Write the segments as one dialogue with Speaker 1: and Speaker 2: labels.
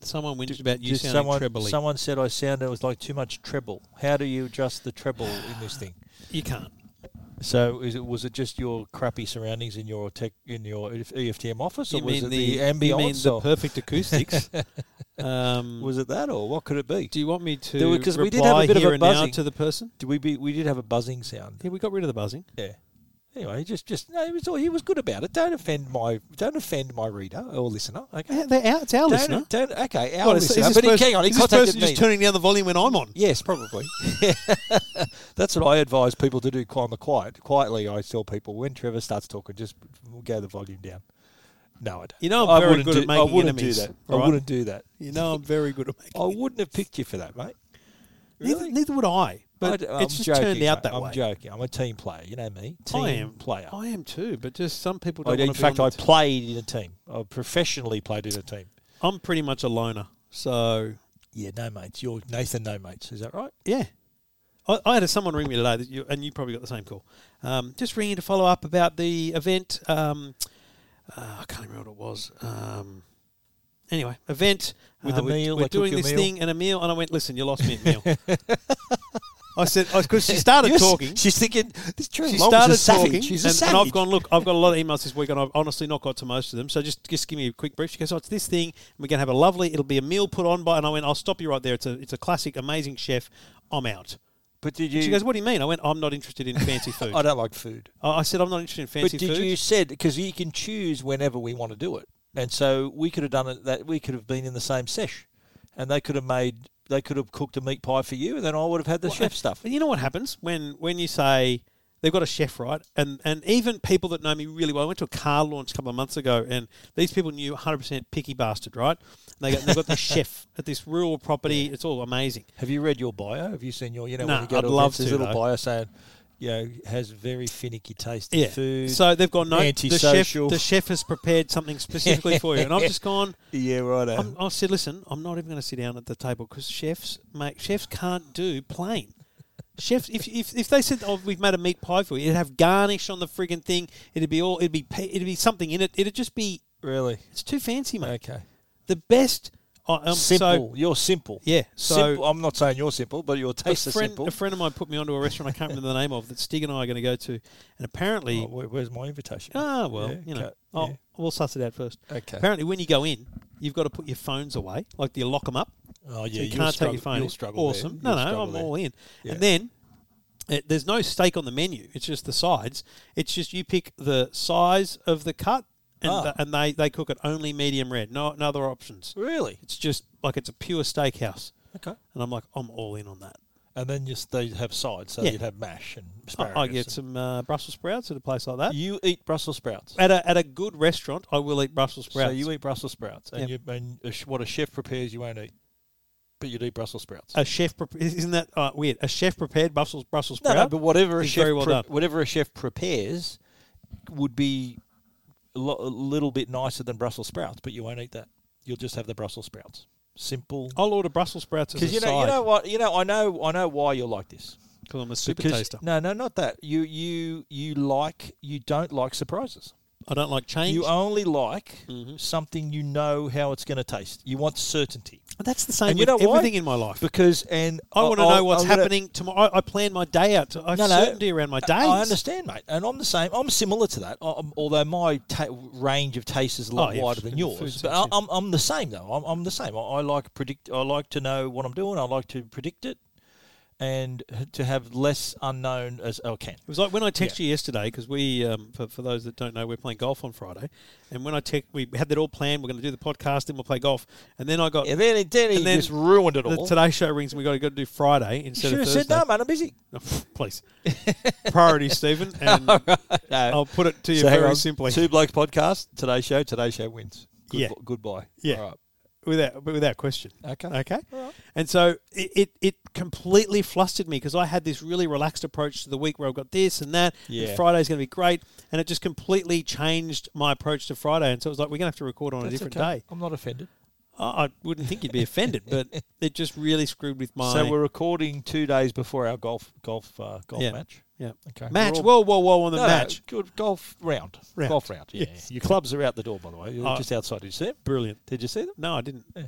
Speaker 1: Someone whinged about you
Speaker 2: Just
Speaker 1: sounding
Speaker 2: someone,
Speaker 1: trebly.
Speaker 2: someone said I sounded it was like too much treble. How do you adjust the treble in this thing?
Speaker 1: you can't.
Speaker 2: So is it, was it just your crappy surroundings in your tech in your E EFTM office, or
Speaker 1: you
Speaker 2: was
Speaker 1: mean
Speaker 2: it the, ambience?
Speaker 1: You mean the
Speaker 2: or
Speaker 1: perfect acoustics? um,
Speaker 2: was it that, or what could it be?
Speaker 1: do you want me to
Speaker 2: There were- 'cause we did have a
Speaker 1: reply
Speaker 2: bit of
Speaker 1: here
Speaker 2: a
Speaker 1: and now
Speaker 2: buzzing.
Speaker 1: to the person?
Speaker 2: Did we be, we did have a buzzing sound.
Speaker 1: Yeah, we got rid of the buzzing.
Speaker 2: Yeah. Anyway, just just no, he was all- he was good about it. Don't offend my don't offend my reader or listener. Okay.
Speaker 1: Yeah, they're out- it's our
Speaker 2: Don't,
Speaker 1: listener.
Speaker 2: don't- okay, our
Speaker 1: What, is- is
Speaker 2: listener.
Speaker 1: this
Speaker 2: But he,
Speaker 1: person-
Speaker 2: hang on, he
Speaker 1: is this
Speaker 2: contacted
Speaker 1: person
Speaker 2: me.
Speaker 1: just turning down the volume when I'm on?
Speaker 2: Yes, probably. That's what I advise people to do on the quiet. Quietly, I tell people when Trevor starts talking, just go the volume down. No, I don't.
Speaker 1: You know I'm
Speaker 2: I
Speaker 1: very
Speaker 2: wouldn't
Speaker 1: good
Speaker 2: do,
Speaker 1: at making
Speaker 2: I wouldn't
Speaker 1: enemies,
Speaker 2: do that.
Speaker 1: all
Speaker 2: I
Speaker 1: right?
Speaker 2: wouldn't do that.
Speaker 1: You know I'm very good at making.
Speaker 2: I wouldn't have picked you for that, mate.
Speaker 1: neither, neither would I. But
Speaker 2: I d-
Speaker 1: it's
Speaker 2: I'm
Speaker 1: just
Speaker 2: joking,
Speaker 1: turned out
Speaker 2: mate.
Speaker 1: that
Speaker 2: I'm
Speaker 1: way.
Speaker 2: joking. I'm a team player. You know me. Team
Speaker 1: I am
Speaker 2: player.
Speaker 1: I am too. But just some people
Speaker 2: I-
Speaker 1: don't.
Speaker 2: Oh, in
Speaker 1: wanna be
Speaker 2: fact,
Speaker 1: on
Speaker 2: I
Speaker 1: the t-
Speaker 2: played in a team. I professionally played in a team.
Speaker 1: I'm pretty much a loner. So
Speaker 2: Yeah, no mates. You're Nathan, no mates. Is that right?
Speaker 1: Yeah. I, I had someone ring me today, that you, and you probably got the same call. Um, just ringing to follow up about the event. Um, uh, I can't remember what it was. Um, anyway, event.
Speaker 2: With
Speaker 1: uh,
Speaker 2: a
Speaker 1: we're,
Speaker 2: meal,
Speaker 1: We're
Speaker 2: they took
Speaker 1: doing
Speaker 2: your
Speaker 1: this
Speaker 2: meal.
Speaker 1: thing and a meal. And I went, listen, you lost me at meal. I said, because she started
Speaker 2: Yes.
Speaker 1: talking.
Speaker 2: She's thinking this tree.
Speaker 1: She
Speaker 2: a
Speaker 1: started
Speaker 2: savage.
Speaker 1: talking,
Speaker 2: She's a
Speaker 1: and, and
Speaker 2: savage.
Speaker 1: I've gone. Look, I've got a lot of emails this week, and I've honestly not got to most of them. So just, just give me a quick brief. She goes, "Oh, it's this thing. And we're gonna have a lovely. It'll be a meal put on by." And I went, "I'll stop you right there. It's a, it's a classic, amazing chef. I'm out."
Speaker 2: But did you?
Speaker 1: She goes, "What do you mean?" I went, "I'm not interested in fancy food."
Speaker 2: I
Speaker 1: I,
Speaker 2: don't like food.
Speaker 1: I said, "I'm not interested in fancy
Speaker 2: but did
Speaker 1: food."
Speaker 2: you said because you can choose whenever we want to do it, and so we could have done it that we could have been in the same sesh, and they could have made they could have cooked a meat pie for you, and then I would have had the chef stuff.
Speaker 1: But you know what happens when when you say they've got a chef, right? And and even people that know me really well. I went to a car launch a couple of months ago, and these people knew 100 percent picky bastard, right? And they got, they've got this chef at this rural property. It's all amazing.
Speaker 2: Have you read your bio? Have you seen your you know
Speaker 1: Nah,
Speaker 2: when you go
Speaker 1: I'd
Speaker 2: to
Speaker 1: love
Speaker 2: events, there's
Speaker 1: to,
Speaker 2: a little
Speaker 1: though.
Speaker 2: bio saying you know has very finicky taste in food.
Speaker 1: So they've gone no. The chef,
Speaker 2: Antisocial.
Speaker 1: the chef has prepared something specifically for you, and I've just gone.
Speaker 2: yeah, right.
Speaker 1: I'm, I said, listen, I'm not even going to sit down at the table because chefs make chefs can't do plain. Chefs, if, if, if they said, "Oh, we've made a meat pie for you," it'd have garnish on the friggin' thing. It'd be all, it'd be, pe- it'd be something in it. It'd just be,
Speaker 2: really
Speaker 1: it's too fancy, mate.
Speaker 2: okay.
Speaker 1: The best, I- um,
Speaker 2: simple.
Speaker 1: So,
Speaker 2: you're simple.
Speaker 1: yeah. So
Speaker 2: simple. I'm not saying you're simple, but your
Speaker 1: a
Speaker 2: taste is
Speaker 1: friend,
Speaker 2: simple.
Speaker 1: a friend of mine put me onto a restaurant I can't remember the name of that Stig and I are going to go to, and apparently,
Speaker 2: Oh, where- where's my invitation?
Speaker 1: ah, well,
Speaker 2: Yeah,
Speaker 1: you know,
Speaker 2: okay,
Speaker 1: oh,
Speaker 2: yeah.
Speaker 1: we'll suss it out first.
Speaker 2: Okay.
Speaker 1: Apparently, when you go in, you've got to put your phones away, like you lock them up.
Speaker 2: Oh yeah,
Speaker 1: you
Speaker 2: you'll
Speaker 1: can't take
Speaker 2: struggle-
Speaker 1: your phone.
Speaker 2: You'll
Speaker 1: in.
Speaker 2: struggle.
Speaker 1: awesome. No,
Speaker 2: There. You'll
Speaker 1: no,
Speaker 2: struggle
Speaker 1: I'm
Speaker 2: there.
Speaker 1: all in.
Speaker 2: Yeah.
Speaker 1: And then it, there's no steak on the menu. It's just the sides. It's just you pick the size of the cut, and,
Speaker 2: Ah.
Speaker 1: th- and they, they cook it only medium red. No, no other options.
Speaker 2: Really?
Speaker 1: It's just like it's a pure steakhouse.
Speaker 2: Okay.
Speaker 1: And I'm like, I'm all in on that.
Speaker 2: And then just they have sides, so
Speaker 1: Yeah.
Speaker 2: you'd have mash and asparagus.
Speaker 1: I, I get
Speaker 2: and-
Speaker 1: some uh, Brussels sprouts at a place like that.
Speaker 2: You eat Brussels sprouts.
Speaker 1: At a, at a good restaurant, I will eat Brussels
Speaker 2: So
Speaker 1: sprouts.
Speaker 2: you eat Brussels sprouts, and, you, and a sh- what a chef prepares, you won't eat, but you'd eat Brussels sprouts.
Speaker 1: a chef, prep- isn't that uh, weird? A chef prepared Brussels Brussels
Speaker 2: no,
Speaker 1: sprout.
Speaker 2: no, but whatever a
Speaker 1: is
Speaker 2: chef
Speaker 1: very well
Speaker 2: pre-
Speaker 1: done.
Speaker 2: whatever a chef prepares would be a, lo- a little bit nicer than Brussels sprouts, but you won't eat that. You'll just have the Brussels sprouts. Simple.
Speaker 1: I'll order Brussels sprouts as Oh, a
Speaker 2: Because you know, you
Speaker 1: side.
Speaker 2: know what, you know, I know, I know why you're like this.
Speaker 1: Because I'm a super
Speaker 2: Because-
Speaker 1: taster.
Speaker 2: No, no, not that. You, you, you like, you don't like surprises.
Speaker 1: I don't like change.
Speaker 2: You only like
Speaker 1: Mm-hmm.
Speaker 2: something you know how it's going to taste. You want certainty
Speaker 1: That's the same
Speaker 2: And you
Speaker 1: with
Speaker 2: know why?
Speaker 1: everything in my life.
Speaker 2: because, and
Speaker 1: I want to
Speaker 2: I'll-
Speaker 1: know what's
Speaker 2: I'll let it-
Speaker 1: happening tomorrow. I, I plan my day out. To, I have
Speaker 2: No, no,
Speaker 1: certainty around my days.
Speaker 2: I understand, mate, and I'm the same. I'm similar to that. I- I'm, although my ta- range of taste is a lot
Speaker 1: Oh, yeah,
Speaker 2: wider
Speaker 1: f-
Speaker 2: than
Speaker 1: food
Speaker 2: yours,
Speaker 1: sense,
Speaker 2: but I, I'm, I'm the same though. I'm, I'm the same. I, I like predict. I like to know what I'm doing. I like to predict it, and to have less unknown as I can.
Speaker 1: It was like when I texted you yesterday because we, um, for, for those that don't know, we're playing golf on Friday, and when I text, we had that all planned. We're going to do the podcast, then we'll play golf, and then I got
Speaker 2: And then, then he
Speaker 1: And then
Speaker 2: just ruined it
Speaker 1: the
Speaker 2: all.
Speaker 1: Today Show rings, and we got to go do Friday
Speaker 2: You
Speaker 1: instead
Speaker 2: should
Speaker 1: of
Speaker 2: have
Speaker 1: Thursday.
Speaker 2: said no, mate. I'm busy.
Speaker 1: No, please, priority, Stephen, and I'll put it to you
Speaker 2: So hang
Speaker 1: very
Speaker 2: on.
Speaker 1: simply.
Speaker 2: Two Blokes podcast, Today Show, Today Show wins. Good
Speaker 1: Yeah.
Speaker 2: Goodbye.
Speaker 1: Yeah.
Speaker 2: All right.
Speaker 1: without but without question.
Speaker 2: Okay.
Speaker 1: Okay.
Speaker 2: Alright.
Speaker 1: And so it, it, it completely flustered me because I had this really relaxed approach to the week where I've got this and that.
Speaker 2: Yeah.
Speaker 1: And Friday's going to be great, and it just completely changed my approach to Friday. And so it was like we're going to have to record on a
Speaker 2: That's
Speaker 1: different
Speaker 2: okay.
Speaker 1: day.
Speaker 2: I'm not offended.
Speaker 1: I, I wouldn't think you'd be offended, but it just really screwed with my
Speaker 2: So we're recording two days before our golf golf uh, golf
Speaker 1: Yeah.
Speaker 2: match.
Speaker 1: yeah.
Speaker 2: Okay.
Speaker 1: match.
Speaker 2: We're all-
Speaker 1: Whoa, whoa, whoa! On the
Speaker 2: No, no,
Speaker 1: match,
Speaker 2: good golf round.
Speaker 1: Round.
Speaker 2: Golf round. Yeah.
Speaker 1: Yes.
Speaker 2: Your clubs are out the door, by the way. You're
Speaker 1: Oh.
Speaker 2: just outside. Did you see it?
Speaker 1: brilliant.
Speaker 2: Did you see them?
Speaker 1: No, I didn't.
Speaker 2: Yeah.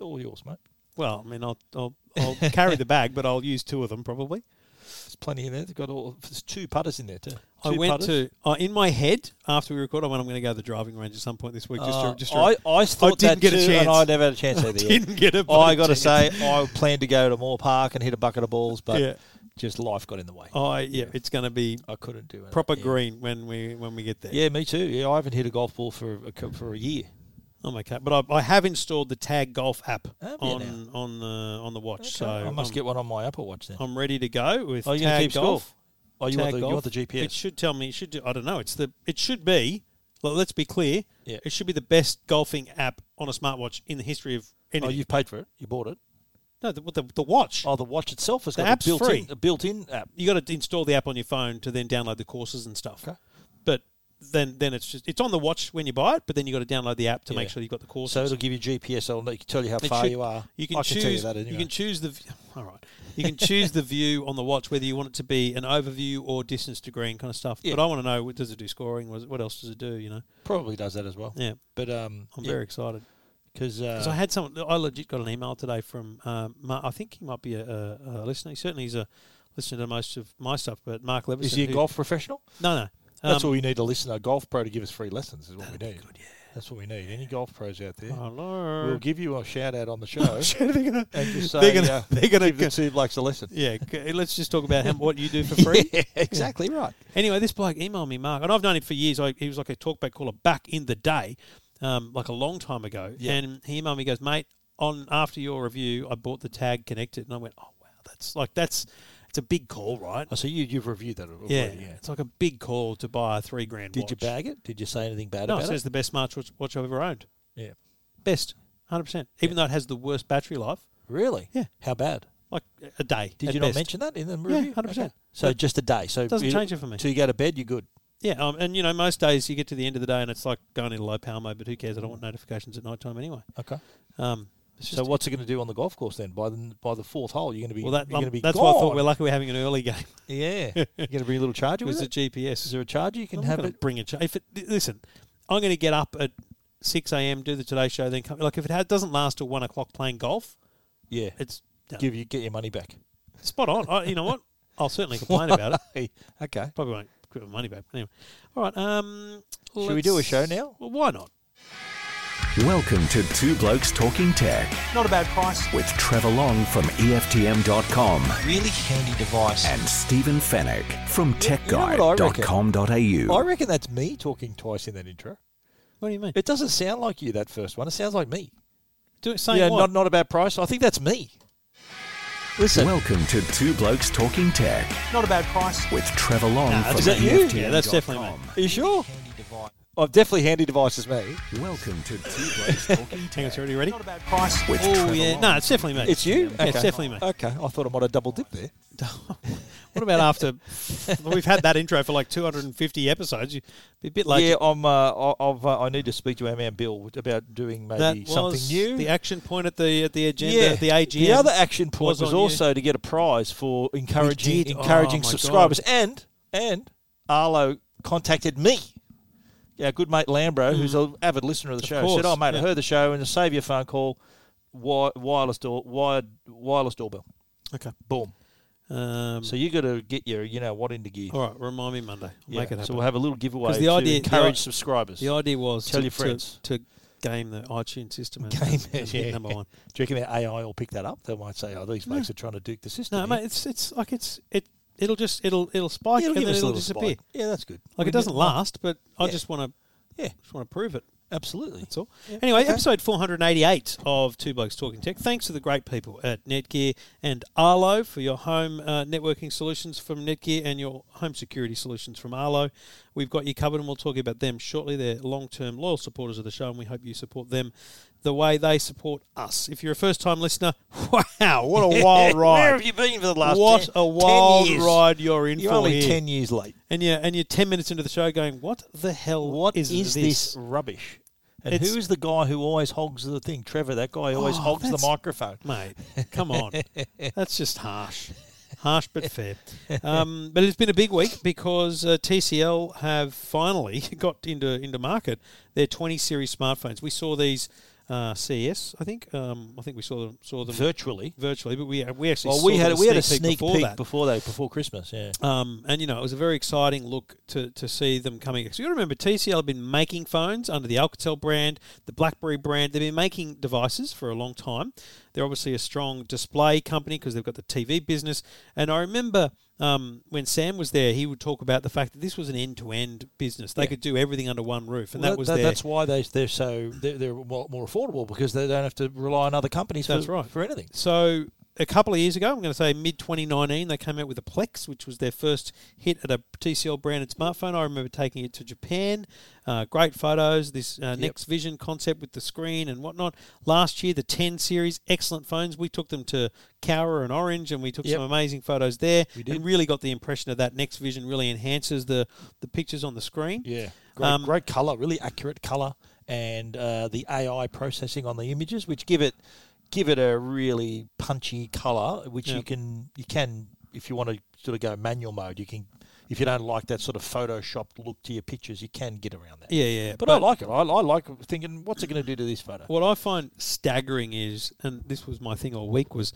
Speaker 2: all yours, mate.
Speaker 1: Well, I mean, I'll, I'll, I'll carry the bag, but I'll use two of them probably.
Speaker 2: There's plenty in there. They've got all. There's two putters in there too.
Speaker 1: I
Speaker 2: Two
Speaker 1: went
Speaker 2: putters.
Speaker 1: to uh, in my head after we record. I went. I'm going to go to the driving range at some point this week. Just
Speaker 2: Uh,
Speaker 1: to, just to
Speaker 2: I, I thought
Speaker 1: didn't
Speaker 2: that
Speaker 1: get a
Speaker 2: too,
Speaker 1: chance.
Speaker 2: and I never had a chance either. yet.
Speaker 1: didn't get a.
Speaker 2: I got to
Speaker 1: chance.
Speaker 2: say, I planned to go to Moore Park and hit a bucket of balls, but
Speaker 1: yeah, Oh,
Speaker 2: just life got in the way.
Speaker 1: I yeah, it's going to be
Speaker 2: I couldn't do it.
Speaker 1: proper
Speaker 2: yeah.
Speaker 1: green when we when we get there.
Speaker 2: Yeah, me too. Yeah, I haven't hit a golf ball for a, cou- for a year.
Speaker 1: I'm okay, but I, I have installed the Tag Golf app
Speaker 2: Have you
Speaker 1: on on the on the watch, so
Speaker 2: I must
Speaker 1: I'm,
Speaker 2: get one on my Apple Watch then.
Speaker 1: I'm ready to go with
Speaker 2: Oh, you're gonna
Speaker 1: Tag
Speaker 2: keep score?
Speaker 1: Golf.
Speaker 2: oh, you
Speaker 1: Tag
Speaker 2: want, the, you
Speaker 1: Golf.
Speaker 2: want the GPS?
Speaker 1: It should tell me. It should do. I don't know. It's the. It should be. Well, let's be clear.
Speaker 2: Yeah.
Speaker 1: It should be the best golfing app on a smartwatch in the history of
Speaker 2: oh,
Speaker 1: anything.
Speaker 2: you've paid for it. You bought it.
Speaker 1: no, the, the, the watch.
Speaker 2: Oh, the watch itself has
Speaker 1: The
Speaker 2: got
Speaker 1: app's
Speaker 2: a built
Speaker 1: free.
Speaker 2: in a built in app.
Speaker 1: You got to install the app on your phone to then download the courses and stuff.
Speaker 2: Okay.
Speaker 1: But then then it's just it's on the watch when you buy it, but then you got to download the app to make
Speaker 2: Yeah.
Speaker 1: sure you've got the courses.
Speaker 2: So it'll give you GPS. It'll let- tell you how
Speaker 1: It
Speaker 2: far
Speaker 1: should-
Speaker 2: you are.
Speaker 1: You can
Speaker 2: I
Speaker 1: choose.
Speaker 2: Can tell you, that anyway.
Speaker 1: can choose the. v- All right. You can choose the view on the watch whether you want it to be an overview or distance to green kind of stuff.
Speaker 2: Yeah.
Speaker 1: But I want to know what does it do scoring? Was what else does it do? You know.
Speaker 2: Probably does that as well.
Speaker 1: Yeah.
Speaker 2: But um, uh,
Speaker 1: I'm very excited
Speaker 2: because
Speaker 1: because I had someone. I legit got an email today from. Um, Mar- I think he might be a, a, a listener. He certainly is a listener to most of my stuff. But Mark Levison.
Speaker 2: is he a
Speaker 1: who-
Speaker 2: golf professional?
Speaker 1: No, no.
Speaker 2: That's
Speaker 1: Um,
Speaker 2: all we need to listen to a golf pro to give us free lessons is what we need.
Speaker 1: good,
Speaker 2: That's what we need. Any golf pros out there,
Speaker 1: Hello.
Speaker 2: we'll give you a shout out on the show
Speaker 1: they're gonna.
Speaker 2: and just say
Speaker 1: They're gonna.
Speaker 2: uh,
Speaker 1: they're gonna
Speaker 2: give the two blokes a lesson.
Speaker 1: yeah, g- let's just talk about him, what you do for free.
Speaker 2: Yeah, exactly right.
Speaker 1: Anyway, this bloke emailed me, Mark, and I've known him for years. I, he was like a talkback caller back in the day, um, like a long time ago.
Speaker 2: Yeah.
Speaker 1: And he emailed me, he goes, mate, on after your review, I bought the tag connected, and I went, oh wow, that's like that's it's a big call, right?
Speaker 2: Oh, so you you've reviewed that already?
Speaker 1: Yeah,
Speaker 2: Yeah.
Speaker 1: it's like a big call to buy a three grand.
Speaker 2: Did
Speaker 1: watch.
Speaker 2: you bag it? Did you say anything bad
Speaker 1: No, it
Speaker 2: about
Speaker 1: says
Speaker 2: it?
Speaker 1: the best smartwatch watch I've ever owned.
Speaker 2: Yeah.
Speaker 1: Best, hundred percent. Even though it has the worst battery life,
Speaker 2: Really?
Speaker 1: Yeah.
Speaker 2: How bad?
Speaker 1: like a day.
Speaker 2: Did
Speaker 1: at
Speaker 2: you not
Speaker 1: best.
Speaker 2: mention that in the review?
Speaker 1: 100%.
Speaker 2: Okay. So
Speaker 1: But
Speaker 2: just a day. So
Speaker 1: Doesn't
Speaker 2: you,
Speaker 1: change it for me.
Speaker 2: Till you go to bed, you're good.
Speaker 1: Yeah, um, and you know, most days you get to the end of the day and it's like going into low power mode, but who cares? I don't want notifications at night time anyway.
Speaker 2: Okay.
Speaker 1: Um, it's
Speaker 2: So
Speaker 1: just-
Speaker 2: what's it going to do on the golf course then? By the by the fourth hole, you're going to be
Speaker 1: well, that,
Speaker 2: you're going to
Speaker 1: um,
Speaker 2: be
Speaker 1: that's
Speaker 2: gone.
Speaker 1: why I thought we're lucky we're having an early game.
Speaker 2: yeah. you're going to bring a little charger
Speaker 1: It
Speaker 2: with
Speaker 1: was a
Speaker 2: it. Is
Speaker 1: GPS.
Speaker 2: there a charger you can
Speaker 1: I'm
Speaker 2: have
Speaker 1: gonna
Speaker 2: it?
Speaker 1: bring a. Ch- if it, listen, I'm going to get up at six a.m. do the Today Show, then come. Like if it ha- doesn't last till one o'clock playing golf,
Speaker 2: Yeah.
Speaker 1: it's done.
Speaker 2: Give you get your money back.
Speaker 1: spot on. I, you know what? I'll certainly complain about it.
Speaker 2: Hey, okay.
Speaker 1: Probably won't give my money back. But anyway, all right. Um,
Speaker 2: Should we do a
Speaker 1: let's-
Speaker 2: show now?
Speaker 1: Well, why not?
Speaker 3: Welcome to Two Blokes Talking Tech
Speaker 4: Not a bad price.
Speaker 3: with Trevor Long from E EFTM.com
Speaker 4: Really handy device.
Speaker 3: and Stephen Fennec from
Speaker 2: you know what I reckon? I
Speaker 3: TechGuide.com.au.
Speaker 2: reckon that's me talking twice in that intro.
Speaker 1: What do you mean?
Speaker 2: It doesn't sound like you that first one. It sounds like me.
Speaker 1: Do it. Saying
Speaker 2: yeah,
Speaker 1: what?
Speaker 2: not not about price. I think that's me. Listen,
Speaker 3: Welcome to Two Blokes Talking Tech
Speaker 4: Not a bad price.
Speaker 3: with Trevor Long
Speaker 1: Nah,
Speaker 3: from E
Speaker 1: is that you?
Speaker 3: EFTM.com.
Speaker 1: Yeah, that's definitely me.
Speaker 2: are you sure?
Speaker 4: Handy device.
Speaker 2: I've definitely handy devices me.
Speaker 3: Welcome to Two Blokes Talking
Speaker 1: Hang on,
Speaker 3: Tech
Speaker 1: it's already ready.
Speaker 4: Not a bad price.
Speaker 3: with
Speaker 1: Oh
Speaker 3: Trevor
Speaker 1: yeah,
Speaker 3: Long.
Speaker 1: no, it's definitely me.
Speaker 2: It's you.
Speaker 1: Yeah, it's definitely me.
Speaker 2: Okay, I thought I might have double dipped there.
Speaker 1: What about after we've had that intro for like 250 episodes? You'd be a bit late.
Speaker 2: yeah, I'm. Uh, I- I've, uh, I need to speak to our man Bill about doing maybe
Speaker 1: that
Speaker 2: something
Speaker 1: was
Speaker 2: new.
Speaker 1: The action point at the at the agenda, at the AGM.
Speaker 2: The other action point
Speaker 1: was
Speaker 2: was,
Speaker 1: on you.
Speaker 2: also to get a prize for encouraging
Speaker 1: did. Oh,
Speaker 2: encouraging
Speaker 1: my
Speaker 2: subscribers. And and Arlo contacted me. Yeah, good mate Lambro, who's an avid listener of the show,
Speaker 1: Hmm. course,
Speaker 2: said, "Oh mate,
Speaker 1: yeah.
Speaker 2: I heard the show and to save your phone call, wi- wireless door, wired wireless doorbell.
Speaker 1: okay.
Speaker 2: Boom.
Speaker 1: Um,
Speaker 2: So you got to get your you know what into gear.
Speaker 1: all right, remind me Monday. I'll
Speaker 2: Yeah,
Speaker 1: Make it happen.
Speaker 2: So we'll have a little giveaway
Speaker 1: 'Cause the
Speaker 2: to
Speaker 1: idea- the
Speaker 2: encourage
Speaker 1: i-
Speaker 2: subscribers.
Speaker 1: the idea was
Speaker 2: Tell
Speaker 1: to,
Speaker 2: your
Speaker 1: to-
Speaker 2: friends.
Speaker 1: to, game the iTunes system. And,
Speaker 2: Game
Speaker 1: and
Speaker 2: it,
Speaker 1: hit
Speaker 2: yeah.
Speaker 1: number one.
Speaker 2: Do you reckon their AI will pick that up? They might say, "Oh, these blokes are trying to duke the system."
Speaker 1: No,
Speaker 2: here."
Speaker 1: mate, it's it's like it's it it'll just it'll it'll spike
Speaker 2: Yeah,
Speaker 1: and
Speaker 2: give
Speaker 1: then
Speaker 2: us a
Speaker 1: it'll
Speaker 2: little
Speaker 1: disappear.
Speaker 2: spike. Yeah, that's good.
Speaker 1: Like
Speaker 2: We
Speaker 1: it doesn't
Speaker 2: did-
Speaker 1: last, but I
Speaker 2: Yeah.
Speaker 1: just want to
Speaker 2: Yeah,
Speaker 1: just want to prove it.
Speaker 2: absolutely.
Speaker 1: That's all. Anyway, episode 488 of Two Blokes Talking Tech. Thanks to the great people at Netgear and Arlo for your home uh, networking solutions from Netgear and your home security solutions from Arlo. We've got you covered, and we'll talk about them shortly. They're long term loyal supporters of the show, and we hope you support them the way they support us. If you're a first time listener, wow, what a wild
Speaker 2: Where
Speaker 1: ride!
Speaker 2: have you been for the last
Speaker 1: what
Speaker 2: 10
Speaker 1: a
Speaker 2: 10
Speaker 1: wild
Speaker 2: years?
Speaker 1: ride you're in
Speaker 2: You're
Speaker 1: for
Speaker 2: only
Speaker 1: here.
Speaker 2: 10 years late.
Speaker 1: And you're, and you're 10 minutes into the show going, what the hell
Speaker 2: What is
Speaker 1: this?
Speaker 2: this rubbish? And
Speaker 1: It's-
Speaker 2: who is the guy who always hogs the thing? Trevor, that guy who always
Speaker 1: Oh,
Speaker 2: hogs the
Speaker 1: that's-
Speaker 2: microphone.
Speaker 1: mate. Come on, that's just harsh, harsh but fair. Um, but it's been a big week because uh, TCL have finally got into into market their 20 series smartphones. We saw these uh, CES. I think um, I think we saw them saw them
Speaker 2: virtually.
Speaker 1: virtually, but we we actually
Speaker 2: Well,
Speaker 1: saw
Speaker 2: we had
Speaker 1: them
Speaker 2: we had a
Speaker 1: sneak
Speaker 2: sneak
Speaker 1: before
Speaker 2: peek
Speaker 1: that.
Speaker 2: before that, before Christmas. Yeah,
Speaker 1: Um, and you know, it was a very exciting look to, to see them coming. So you gotta remember, TCL have been making phones under the Alcatel brand, the BlackBerry brand. They've been making devices for a long time. They're obviously a strong display company because they've got the TV business. And I remember um, when Sam was there, he would talk about the fact that this was an end to end business. They could do everything under one roof, and
Speaker 2: Well,
Speaker 1: that, was their
Speaker 2: that's why they they're so they're, they're more more affordable because they don't have to rely on other companies.
Speaker 1: That's
Speaker 2: for,
Speaker 1: right.
Speaker 2: for anything.
Speaker 1: So a couple of years ago, I'm going to say mid 2019, they came out with a Plex, which was their first hit at a TCL branded smartphone. I remember taking it to Japan. Uh, great photos. This uh, next vision concept with the screen and whatnot. Last year, the 10 series, excellent phones. We took them to Cowra and Orange, and we took
Speaker 2: Yep.
Speaker 1: some amazing photos there.
Speaker 2: We did.
Speaker 1: And really got the impression of that next vision really enhances the the pictures on the screen.
Speaker 2: Yeah, great,
Speaker 1: Um,
Speaker 2: great color, really accurate color, and uh, the AI processing on the images, which give it give it a really punchy color, which
Speaker 1: Yeah.
Speaker 2: you can you can if you want to sort of go manual mode, you can. If you don't like that sort of photoshopped look to your pictures, you can get around that.
Speaker 1: Yeah, yeah.
Speaker 2: But, I like it. I, I like thinking, what's it going to do to this photo?
Speaker 1: What I find staggering is, and this was my thing all week, was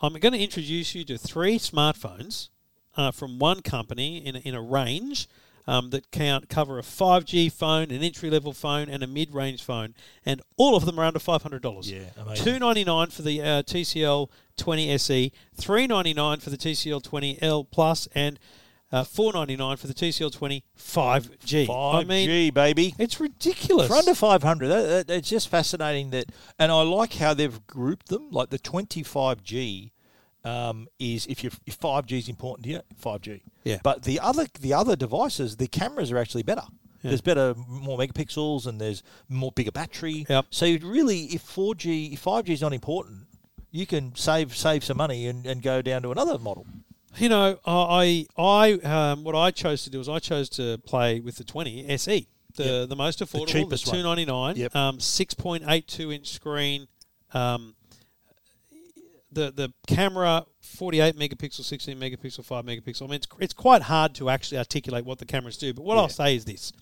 Speaker 1: I'm going to introduce you to three smartphones uh, from one company in a, in a range um, that count cover a 5G phone, an entry level phone, and a mid range phone, and all of them are under five hundred dollars.
Speaker 2: Yeah, amazing.
Speaker 1: two ninety nine for the uh, TCL 20 SE, E, three ninety nine for the TCL 20 L Plus, and uh, four ninety nine for the TCL 20 5G. I
Speaker 2: Five
Speaker 1: mean,
Speaker 2: G baby.
Speaker 1: it's ridiculous.
Speaker 2: For under 500, that, that, it's just fascinating that, and I like how they've grouped them. Like the 25G um, is if you if 5G is important to you, 5G.
Speaker 1: Yeah.
Speaker 2: But the other the other devices, the cameras are actually better. There's better, more megapixels, and there's more bigger battery.
Speaker 1: Yep.
Speaker 2: So you'd really, if 4G, if 5G is not important, you can save save some money and, and go down to another model.
Speaker 1: You know, I I um, what I chose to do is I chose to play with the 20 SE, the the most affordable, the,
Speaker 2: cheapest one.
Speaker 1: 299,
Speaker 2: Yep.
Speaker 1: um, 6.82 inch screen, um, the the camera 48 megapixel, 16 megapixel, 5 megapixel. I mean, it's it's quite hard to actually articulate what the cameras do. But what I'll say is this: